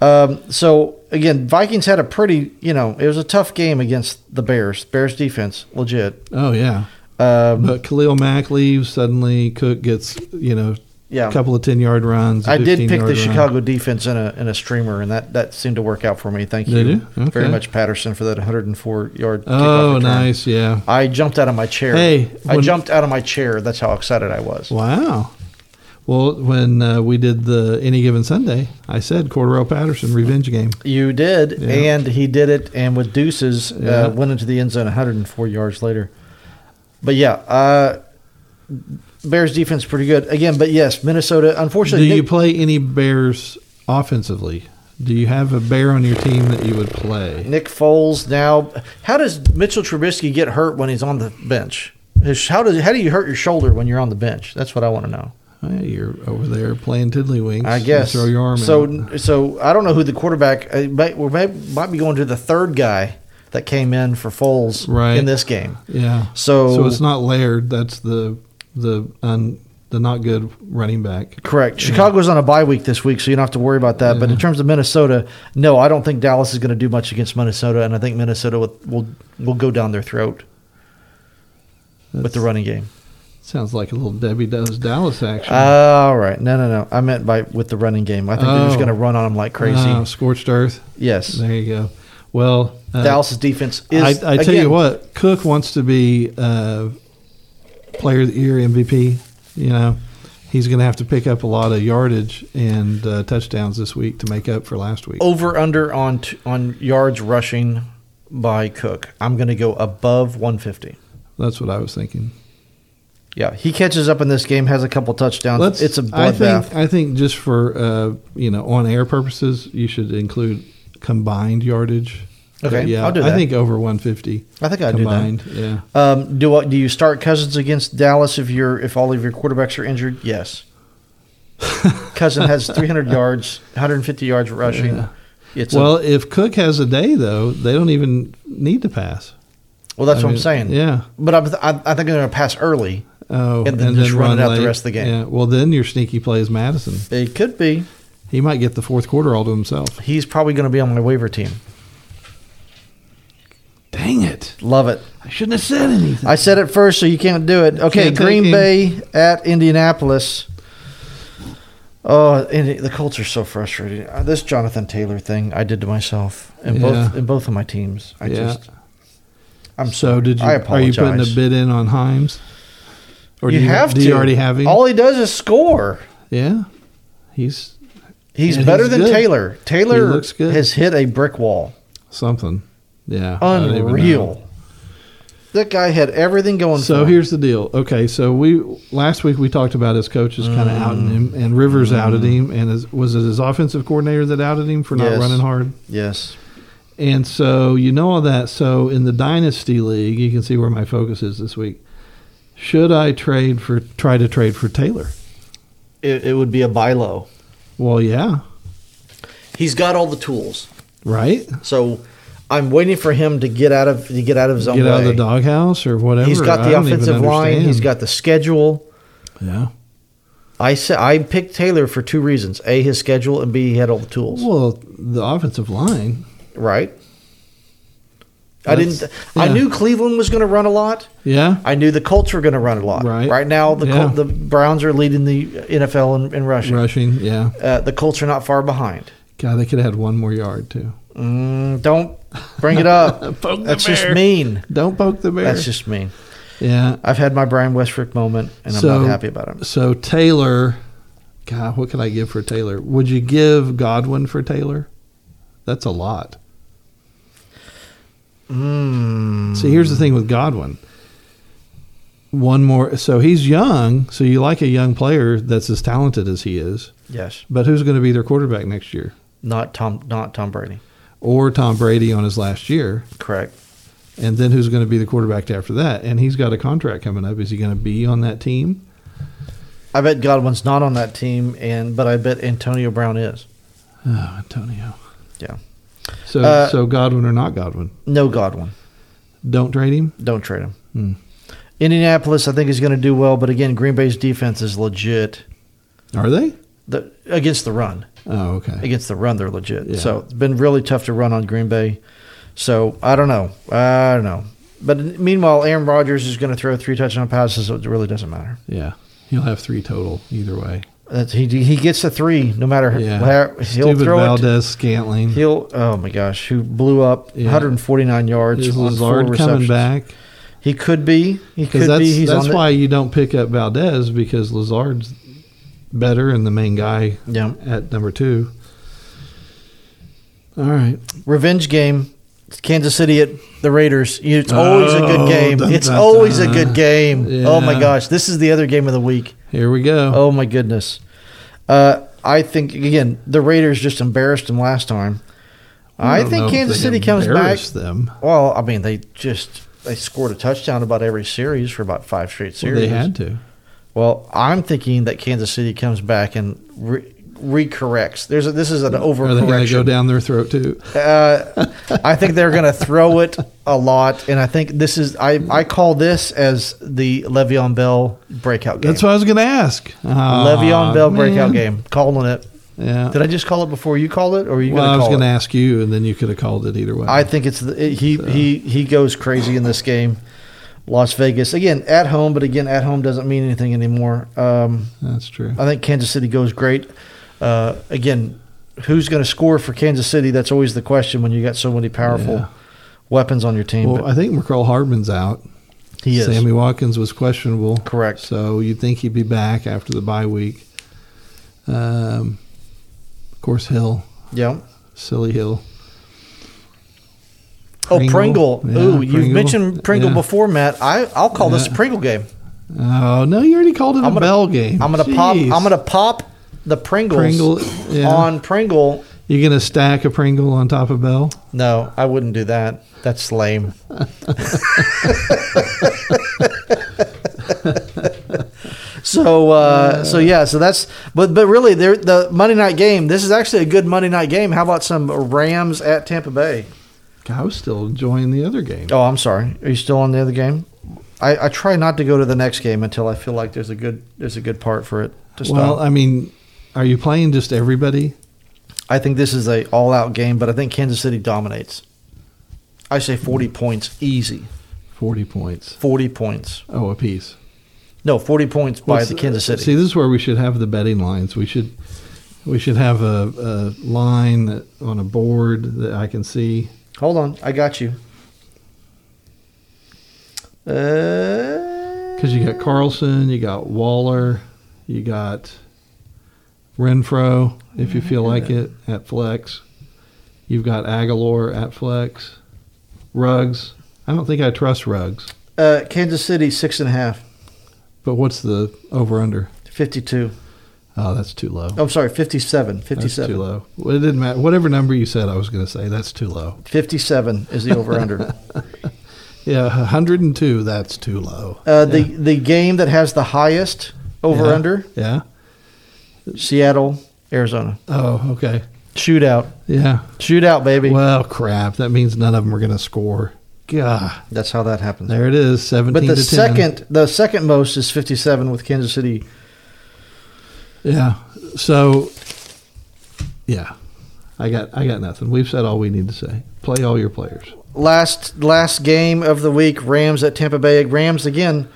A: Um, so again, Vikings had a pretty you know it was a tough game against the Bears. Bears defense legit.
B: Oh yeah,
A: Um,
B: but Khalil Mack leaves suddenly. Cook gets you know
A: yeah,
B: a couple of ten yard runs. a
A: I did pick
B: 15-yard
A: the
B: run.
A: Chicago defense in a in a streamer, and that that seemed to work out for me. Thank
B: Did
A: you
B: you?
A: very
B: Okay.
A: much, Patterson, for that 104 yard. kickoff
B: Oh,
A: return.
B: nice. Yeah.
A: I jumped out of my chair.
B: Hey,
A: I
B: when-
A: jumped out of my chair. That's how excited I was.
B: Wow. Well, when uh, we did the any given Sunday, I said Cordero Patterson revenge game.
A: You did,
B: Yeah.
A: and he did it, and with deuces
B: Yeah.
A: uh, went into the end zone 104 yards later. But yeah, uh, Bears defense pretty good again. But yes, Minnesota.
B: Do
A: Unfortunately,
B: you
A: Nick-
B: play any Bears offensively? Do you have a bear on your team that you would play?
A: Nick Foles now. How does Mitchell Trubisky get hurt when he's on the bench? His, how does how do you hurt your shoulder when you're on the bench? That's what I want to know.
B: Hey, you're over there playing tiddlywinks.
A: I
B: You
A: guess
B: throw your arm.
A: So
B: out.
A: so I don't know who the quarterback. uh, might, we may, might be going to the third guy that came in for Foles
B: Right.
A: in this game.
B: yeah.
A: So
B: So it's not Laird. That's the the un, the not good running back.
A: Correct. Chicago's on a bye week this week, so you don't have to worry about that. But in
B: Yeah.
A: terms of Minnesota, no, I don't think Dallas is going to do much against Minnesota, and I think Minnesota will will, will go down their throat with the
B: That's-
A: running game.
B: sounds like a little Debbie Does Dallas action. Ah,
A: all right. No, no, no. I meant by with the running game. I think they're just
B: Oh.
A: going to run on them like crazy.
B: Ah, scorched earth.
A: yes.
B: There you go. Well, uh,
A: Dallas's defense is.
B: I, I tell
A: again,
B: you what, Cook wants to be uh, player of the year MVP. You know, he's going to have to pick up a lot of yardage and uh, touchdowns this week to make up for last week.
A: Over under on t- on yards rushing by Cook. I'm going to go above 150.
B: That's what I was thinking.
A: Yeah, he catches up in this game, has a couple touchdowns.
B: Let's-
A: it's a
B: I
A: bloodbath.
B: think I think just for uh, you know on air purposes, you should include combined yardage.
A: Okay,
B: But yeah,
A: I'll do
B: I
A: that.
B: think over 150
A: I think I do that.
B: combined. Yeah,
A: Um, do do you start Cousins against Dallas if you're if all of your quarterbacks are injured? Yes. Cousin has 300 yards, 150 yards rushing.
B: Yeah.
A: It's well,
B: Well, if Cook has a day though, they don't even need to pass.
A: well, that's
B: I
A: what I'm
B: mean,
A: saying.
B: Yeah.
A: But I'm, I, I think they're going to pass early.
B: Oh,
A: And then just run it out the rest of the game.
B: Yeah. Well, then your sneaky play is Madison.
A: It could be.
B: He might get the fourth quarter all to himself.
A: He's probably going to be on my waiver team.
B: Dang it!
A: Love it.
B: I shouldn't have said anything.
A: I said it first, so you can't do it. Okay,
B: Can't take
A: Green
B: him.
A: Bay at Indianapolis. Oh, and the Colts are so frustrating. Uh, This Jonathan Taylor thing I did to myself in both
B: Yeah.
A: in both of my teams. I
B: Yeah.
A: just I'm
B: so did you?
A: I
B: are you putting
A: apologize.
B: a bid in on Himes? Or
A: you,
B: do you
A: have
B: do
A: to.
B: you already have him?
A: All he does is score.
B: yeah. He's
A: He's
B: And
A: better
B: he's
A: than
B: good.
A: Taylor. Taylor
B: He looks good.
A: has hit a brick wall.
B: something. Yeah. I don't even know.
A: Unreal. That guy had everything going.
B: So
A: for him.
B: here's the deal. Okay, so we last week we talked about his coaches kind of
A: Mm.
B: outing him, and Rivers outed him, and his, was it his offensive coordinator that outed him for not
A: Yes.
B: running hard?
A: yes,
B: And so you know all that. So in the dynasty league, you can see where my focus is this week. Should I trade for try to trade for Taylor?
A: it, it would be a buy low.
B: Well, yeah,
A: He's got all the tools.
B: right.
A: So I'm waiting for him to get out of to get out of his own
B: Get out of
A: way.
B: the doghouse or whatever.
A: He's got
B: I
A: the
B: don't even
A: offensive line.
B: understand.
A: He's got the schedule.
B: yeah.
A: I said I picked Taylor for two reasons: a, his schedule, and b, he had all the tools.
B: Well, the offensive line.
A: Right? I didn't. I
B: yeah.
A: knew Cleveland was going to run a lot.
B: Yeah.
A: I knew the Colts were going to run a lot.
B: Right.
A: now, the
B: Yeah.
A: Col- the Browns are leading the NFL in, in rushing.
B: Rushing. Yeah.
A: Uh, the Colts are not far behind.
B: God, they could have had one more yard too.
A: Mm, don't bring it up.
B: Poke
A: That's just mean.
B: Don't poke the bear.
A: That's just mean.
B: yeah.
A: I've had my Brian Westbrook moment, and I'm
B: So-
A: not happy about him.
B: So Taylor, God, what could I give for Taylor? Would you give Godwin for Taylor? That's a lot.
A: Mm.
B: See, here's the thing with Godwin. One more, so he's young. So you like a young player that's as talented as he is.
A: Yes,
B: But who's going to be their quarterback next year?
A: not Tom. Not Tom Brady.
B: Or Tom Brady on his last year,
A: Correct.
B: and then who's going to be the quarterback after that? And he's got a contract coming up. Is he going to be on that team?
A: I bet Godwin's not on that team, and but I bet Antonio Brown is.
B: Oh, Antonio.
A: Yeah.
B: So,
A: Uh,
B: so Godwin or not Godwin?
A: No Godwin.
B: Don't trade him.
A: Don't trade him.
B: Hmm.
A: Indianapolis, I think, is going to do well, but again, Green Bay's defense is legit.
B: Are they?
A: The, against the run,
B: Oh, okay.
A: against the run, they're legit.
B: Yeah.
A: So it's been really tough to run on Green Bay. So I don't know. I don't know. But meanwhile, Aaron Rodgers is going to throw three touchdown passes, so it really doesn't matter.
B: Yeah, he'll have three total either way.
A: That's, he he gets the three no matter
B: Yeah.
A: how he'll
B: Stupid
A: throw it.
B: Valdez Scantling.
A: He'll oh my gosh, who blew up
B: Yeah.
A: 149 yards
B: Is
A: on four
B: Lazard coming
A: receptions.
B: back?
A: He could be. He
B: Because
A: could
B: that's
A: be. He's
B: that's
A: on
B: why you don't pick up Valdez because Lazard's better and the main guy
A: The, yeah.
B: at number two. All right.
A: revenge game. Kansas City at the Raiders. You- It's always a
B: Oh,
A: good game.
B: dun,
A: It's
B: dun,
A: always a
B: dun.
A: good game. Oh my
B: Yeah.
A: gosh, this is the other game of the week.
B: Here we go.
A: Oh my goodness. Uh, I think again the Raiders just embarrassed them last time. I
B: don't know
A: think
B: if
A: Kansas
B: they
A: City comes back.
B: embarrassed them.
A: Well, I mean they just they scored a touchdown about every series for about five straight
B: Well,
A: series.
B: they had to.
A: Well, I'm thinking that Kansas City comes back and re- recorrects. There's a, this is an
B: Are they going to go
A: overcorrection.
B: down their throat too?
A: Uh, I think they're going to throw it a lot, and I think this is I, I call this as the Le'Veon Bell breakout game.
B: That's what I was going to ask. Ah,
A: Le'Veon Bell
B: man.
A: breakout game. Calling it.
B: Yeah.
A: Did I just call it before you called it, or were you
B: well, I
A: going to
B: was
A: call
B: going to
A: it?
B: ask you, and then you could have called it either way.
A: I think it's the, it- he he he goes crazy in this game. Las Vegas again at home, but again at home doesn't mean anything anymore. Um,
B: That's true.
A: I think Kansas City goes great. Uh, again, who's going to score for Kansas City? That's always the question when you got so many powerful
B: Yeah.
A: weapons on your team.
B: Well,
A: but
B: I think McCall Hardman's out.
A: he is
B: Sammy Watkins was questionable.
A: correct.
B: So you'd think he'd be back after the bye week. Um, of course, Hill,
A: Yeah.
B: silly Hill.
A: Oh, Pringle.
B: Yeah,
A: Ooh, you
B: Pringle.
A: mentioned Pringle
B: Yeah.
A: before, Matt. I I'll call this a
B: Yeah.
A: Pringle game.
B: Oh no, you already called it
A: I'm
B: a
A: gonna-
B: bell game.
A: I'm gonna pop. I'm
B: Jeez.
A: gonna pop the Pringles
B: Pringle. Yeah.
A: on Pringle.
B: You're gonna stack a Pringle on top of Bell.
A: No, I wouldn't do that. That's lame. so uh, so yeah, so that's but but really there the Monday night game. This is actually a good Monday night game. How about some Rams at Tampa Bay?
B: God, I was still enjoying the other game.
A: Oh, I'm sorry. Are you still on the other game? I, I try not to go to the next game until I feel like there's a good there's a good part for it to stop.
B: well, uh, I mean, are you playing just everybody?
A: I think this is a all out game, but I think Kansas City dominates. I say 40 points easy.
B: Forty points.
A: 40 points.
B: Oh, a piece.
A: No, 40 points by
B: What's-
A: the Kansas City.
B: uh, See, this is where we should have the betting lines. We should we should have a, a line that, on a board that I can see.
A: Hold on, I got you. Uh,
B: Because you got Carlson, you got Waller, you got Renfro, if
A: Mm-hmm.
B: you feel like it, at flex. You've got Aguilar at flex. Ruggs. I don't think I trust Ruggs,
A: uh, Kansas City six and a half,
B: but what's the over under?
A: 52.
B: Oh, that's too low.
A: I'm sorry, 57.
B: that's too
A: 57.
B: low. Well, it didn't matter. Whatever number you said, I was going to say that's too low.
A: 57 is the over under.
B: Yeah, 102, that's too low.
A: Uh, the the game that has the highest over
B: Yeah.
A: under
B: Yeah.
A: Seattle Arizona
B: Oh, okay.
A: shootout
B: Yeah.
A: shootout baby.
B: Well, crap. That means none of them are going to score. God,
A: That's how that happens.
B: there it is. Seventeen.
A: But the
B: to 10.
A: second the second most is 57 with Kansas City.
B: Yeah. So, yeah. I got I got nothing. We've said all we need to say. Play all your players.
A: Last last game of the week, Rams at Tampa Bay. Rams again.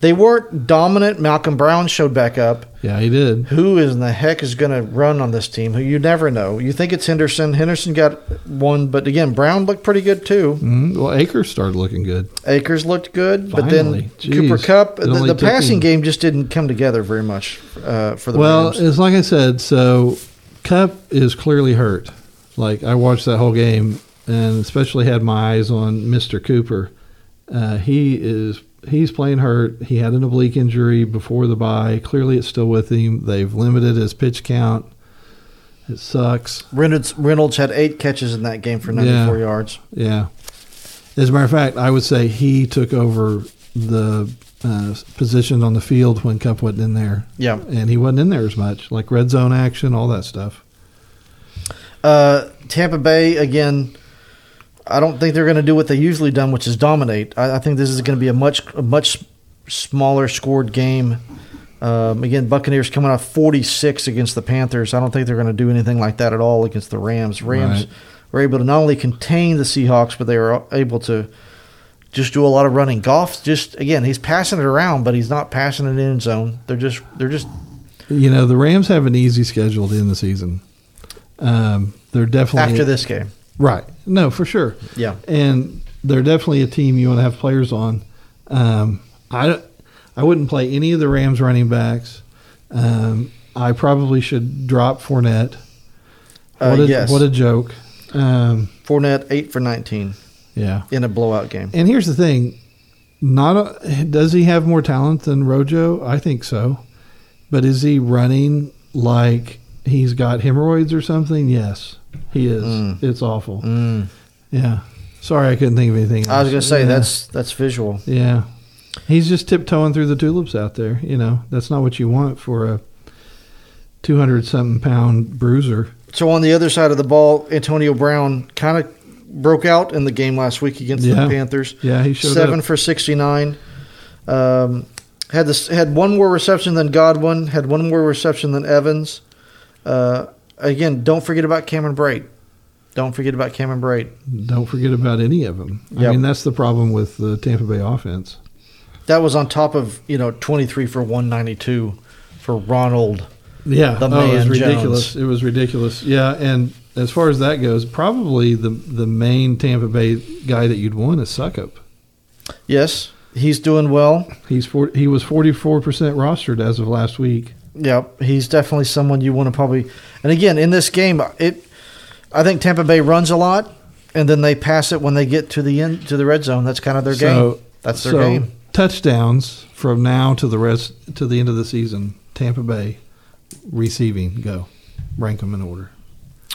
A: They weren't dominant. Malcolm Brown showed back up.
B: Yeah, he did.
A: Who is in the heck is going to run on this team? Who you never know. You think it's Henderson. Henderson got one, but again, Brown looked pretty good too.
B: Mm, well, Akers started looking good.
A: Akers looked good, but
B: Finally.
A: then
B: Jeez.
A: Cooper Cup,
B: It
A: the,
B: only
A: the
B: took
A: passing
B: him-
A: game just didn't come together very much uh, for the
B: well,
A: Rams.
B: it's like I said. So Cup is clearly hurt. Like I watched that whole game, and especially had my eyes on Mr. Cooper. Uh, he is he's playing hurt. He had an oblique injury before the bye. Clearly, it's still with him. They've limited his pitch count. It sucks.
A: Reynolds, Reynolds had eight catches in that game for 94
B: Yeah.
A: yards.
B: Yeah. As a matter of fact, I would say he took over the uh, position on the field when Cup wasn't in there,
A: Yeah.
B: and he wasn't in there as much, like red zone action, all that stuff.
A: Uh, Tampa Bay again. I don't think they're going to do what they usually done, which is dominate. I, I think this is going to be a much a much smaller scored game. Um, again, Buccaneers coming off 46 against the Panthers. I don't think they're going to do anything like that at all against the Rams. Rams
B: Right.
A: were able to not only contain the Seahawks, but they were able to just do a lot of running. Golf just again, he's passing it around, but he's not passing it in end zone. They're just they're just
B: You know, the Rams have an easy schedule to end the season. Um, they're definitely
A: after this game.
B: right? No, for sure.
A: Yeah.
B: and they're definitely a team you want to have players on. Um, I I wouldn't play any of the Rams running backs. Um, I probably should drop Fournette.
A: Uh,
B: What a,
A: yes.
B: what a joke. Um,
A: Fournette eight for 19
B: yeah.
A: in a blowout game.
B: And here's the thing: not a, does he have more talent than Rojo? I think so, but is he running like he's got hemorrhoids or something? Yes, he is.
A: Mm.
B: It's awful.
A: Mm.
B: Yeah. Sorry, I couldn't think of anything.
A: I was gonna
B: else.
A: say
B: Yeah.
A: that's that's visual.
B: Yeah. He's just tiptoeing through the tulips out there. You know, that's not what you want for a 200 something pound bruiser.
A: So on the other side of the ball, Antonio Brown kind of broke out in the game last week against
B: Yeah.
A: the Panthers.
B: Yeah, he showed
A: Seven
B: up.
A: for sixty nine. Um, had this had one more reception than Godwin. Had one more reception than Evans. Uh, again, don't forget about Cameron Braid. Don't forget about Cameron Braid.
B: Don't forget about any of them. I
A: Yep.
B: mean, that's the problem with the Tampa Bay offense.
A: That was on top of you know twenty three for one ninety two for Ronald.
B: Yeah, Oh,
A: The
B: it was
A: man
B: ridiculous.
A: Jones.
B: It was ridiculous. Yeah, and as far as that goes, probably the the main Tampa Bay guy that you'd want is Suckup.
A: Yes, he's doing well.
B: He's four, he was 44% rostered as of last week.
A: Yep, he's definitely someone you want to probably. And again, in this game, it, I think Tampa Bay runs a lot, and then they pass it when they get to the end to the red zone. That's kind of their game. That's their
B: so
A: game.
B: Touchdowns from now to the rest to the end of the season. Tampa Bay receiving go. Rank them in order.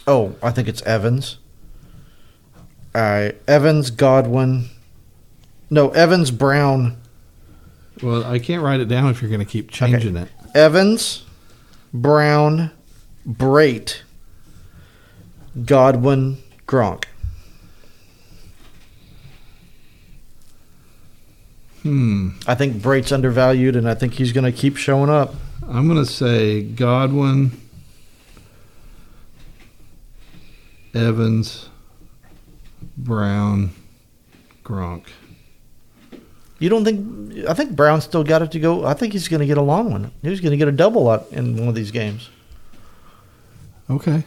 A: Oh, I think it's Evans. All right, Evans Godwin. No, Evans Brown.
B: Well, I can't write it down if you're going to keep changing it.
A: Evans Brown Brait Godwin Gronk.
B: Hmm.
A: I think Brait's undervalued, and I think he's going to keep showing up.
B: I'm going to say Godwin, Evans, Brown, Gronk.
A: You don't think? I think Brown's still got it to go. I think he's going to get a long one. He's going to get a double up in one of these games.
B: Okay.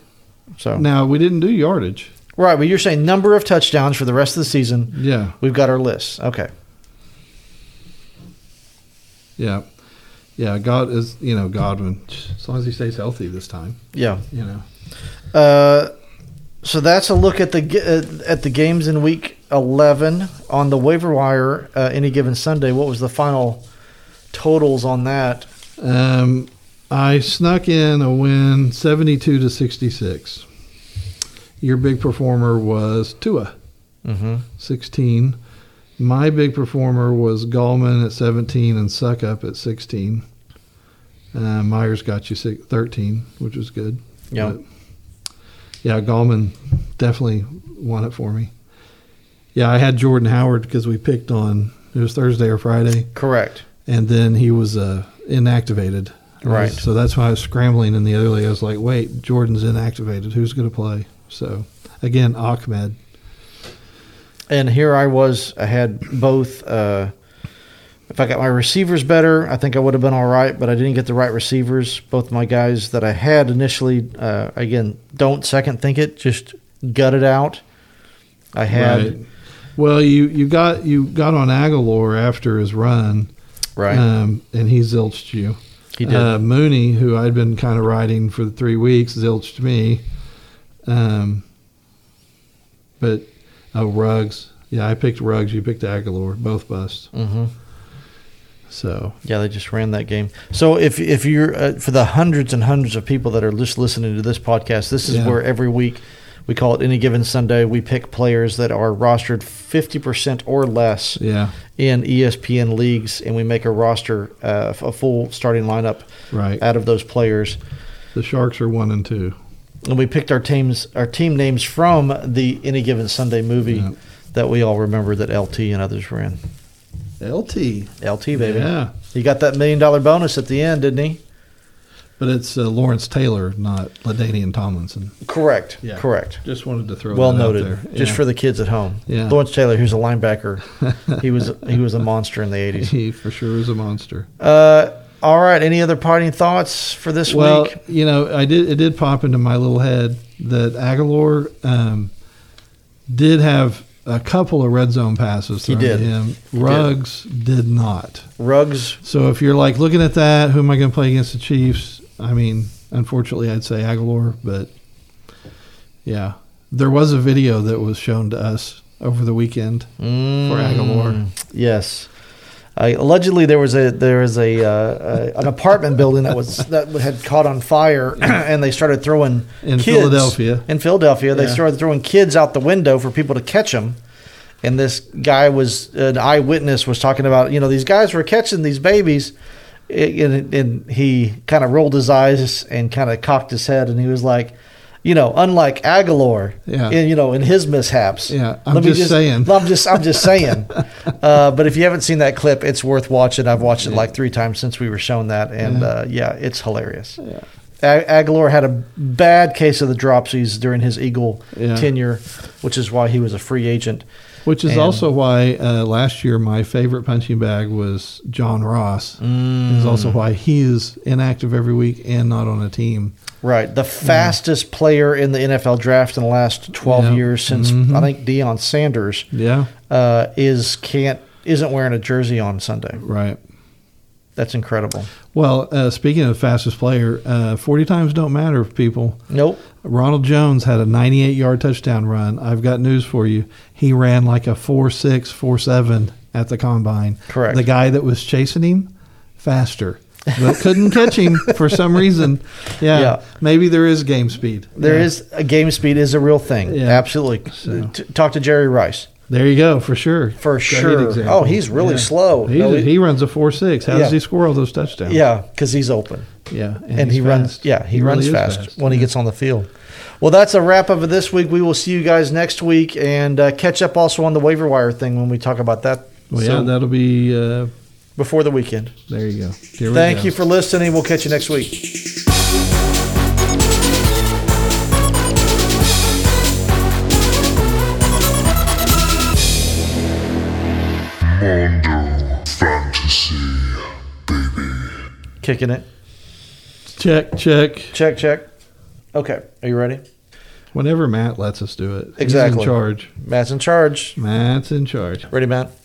A: So
B: Now we didn't do yardage.
A: right, but you're saying number of touchdowns for the rest of the season.
B: Yeah.
A: We've got our list. Okay.
B: Yeah. Yeah, God is, you know, Godwin. As long as he stays healthy this time,
A: Yeah.
B: you know.
A: Uh, so that's a look at the ge- uh, at the games in week 11 on the waiver wire uh, any given Sunday. What was the final totals on that?
B: Um, I snuck in a win 72 to 66. Your big performer was Tua,
A: Mm-hmm.
B: 16. My big performer was Gallman at 17 and Suckup at 16. Uh, Myers got you six, 13, which was good.
A: Yeah.
B: But, yeah, Gallman definitely won it for me. Yeah, I had Jordan Howard because we picked on it was Thursday or Friday,
A: Correct.
B: and then he was uh, inactivated.
A: Right.
B: So that's why I was scrambling in the other league. I was like, wait, Jordan's inactivated. Who's going to play? So again, Ahmed.
A: And here I was. I had both. Uh, if I got my receivers better, I think I would have been all right. But I didn't get the right receivers. Both my guys that I had initially, uh, again, don't second think it. Just gut it out. I had
B: Well, you, you got you got on Aguilar after his run,
A: right.
B: um, and he zilched you.
A: he did.
B: Uh, Mooney, who I'd been kind of riding for three weeks, zilched me. Um, but oh, Rugs. Yeah, I picked Rugs. You picked Aguilar. Both busts.
A: hmm
B: So
A: Yeah, they just ran that game. So if if you're uh, for the hundreds and hundreds of people that are just listening to this podcast, this is
B: Yeah.
A: where every week we call it any given Sunday. We pick players that are rostered fifty percent or less
B: yeah,
A: in E ESPN leagues, and we make a roster, uh, a full starting lineup
B: right.
A: out of those players.
B: The Sharks are one and two.
A: And we picked our teams, our team names from the any given Sunday movie
B: Yeah.
A: that we all remember that LT and others were in.
B: LT.
A: LT baby,
B: Yeah,
A: he got that million dollar bonus at the end, didn't he?
B: but it's uh, Lawrence Taylor, not Ladainian Tomlinson.
A: Correct.
B: Yeah.
A: Correct.
B: Just wanted to throw
A: well
B: that out
A: noted.
B: there.
A: Just
B: Yeah.
A: for the kids at home.
B: Yeah.
A: Lawrence Taylor, who's a linebacker, he was he was a monster in the eighties.
B: he for sure is a monster.
A: Uh, all right. Any other parting thoughts for this
B: well,
A: week?
B: you know, I did. It did pop into my little head that Aguilar um, did have a couple of red zone passes.
A: He
B: thrown
A: did.
B: To him. Ruggs did. not.
A: Rugs.
B: So if you're like looking at that, who am I going to play against the Chiefs? I mean, unfortunately, I'd say Aguilar, but yeah, there was a video that was shown to us over the weekend.
A: Mm,
B: Aguilar.
A: Yes. I, allegedly, there was a there was a, uh, a an apartment building that was that had caught on fire, and they started throwing
B: In
A: kids-
B: Philadelphia.
A: In Philadelphia, they
B: Yeah.
A: started throwing kids out the window for people to catch them. And this guy was an eyewitness was talking about you know these guys were catching these babies, and, and he kind of rolled his eyes and kind of cocked his head, and he was like, you know, unlike Aguilar,
B: Yeah.
A: in, you know, in his mishaps,
B: Yeah, I'm
A: let me
B: just saying.
A: I'm just, I'm just saying. uh, but if you haven't seen that clip, it's worth watching. I've watched it like three times since we were shown that, and
B: Yeah.
A: uh, yeah, it's hilarious.
B: Yeah.
A: A- Aguilar had a bad case of the dropsies during his Eagle
B: Yeah.
A: tenure, which is why he was a free agent.
B: Which is
A: And-
B: also why uh, last year my favorite punching bag was John Ross. Is also
A: Mm.
B: why he is inactive every week and not on a team.
A: Right, the fastest player in the NFL draft in the last 12
B: Yeah. Mm-hmm.
A: years since I think Deion Sanders
B: Yeah,
A: uh, is can't isn't wearing a jersey on Sunday.
B: right.
A: That's incredible.
B: Well, uh, speaking of fastest player, uh, forty times don't matter, people.
A: Nope.
B: Ronald Jones had a 98 yard touchdown run. I've got news for you. He ran like a 4 6, 4 7 at the combine.
A: Correct.
B: The guy that was chasing him, faster, but couldn't catch him for some reason. Yeah.
A: Yeah.
B: Maybe there is game speed.
A: There
B: Yeah.
A: is a game speed is a real thing.
B: Yeah.
A: Absolutely.
B: So-
A: T- talk to Jerry Rice
B: There you go, for sure.
A: for
B: Great
A: sure.
B: example.
A: Oh, he's really
B: Yeah.
A: slow.
B: He's-
A: No,
B: he,
A: he-
B: runs a 4 6. How does
A: Yeah.
B: he score all those touchdowns?
A: yeah, because he's open
B: Yeah.
A: and,
B: he's
A: he runs.
B: fast.
A: Yeah, he, runs
B: really is
A: fast, when
B: Yeah.
A: he gets on the field. Well, that's a wrap up of this week. We will see you guys next week and uh, catch up also on the waiver wire thing when we talk about that.
B: Well,
A: So,
B: yeah, that'll be. Uh,
A: before the weekend.
B: there you go. Here we
A: Thank
B: go.
A: you for listening. We'll catch you next week.
C: Mondo Fantasy, baby.
A: Kicking it.
B: Check, check.
A: Check, check. Okay. Are you ready?
B: Whenever Matt lets us do it. He's
A: Exactly.
B: in charge.
A: Matt's in charge.
B: Matt's in charge.
A: Ready, Matt?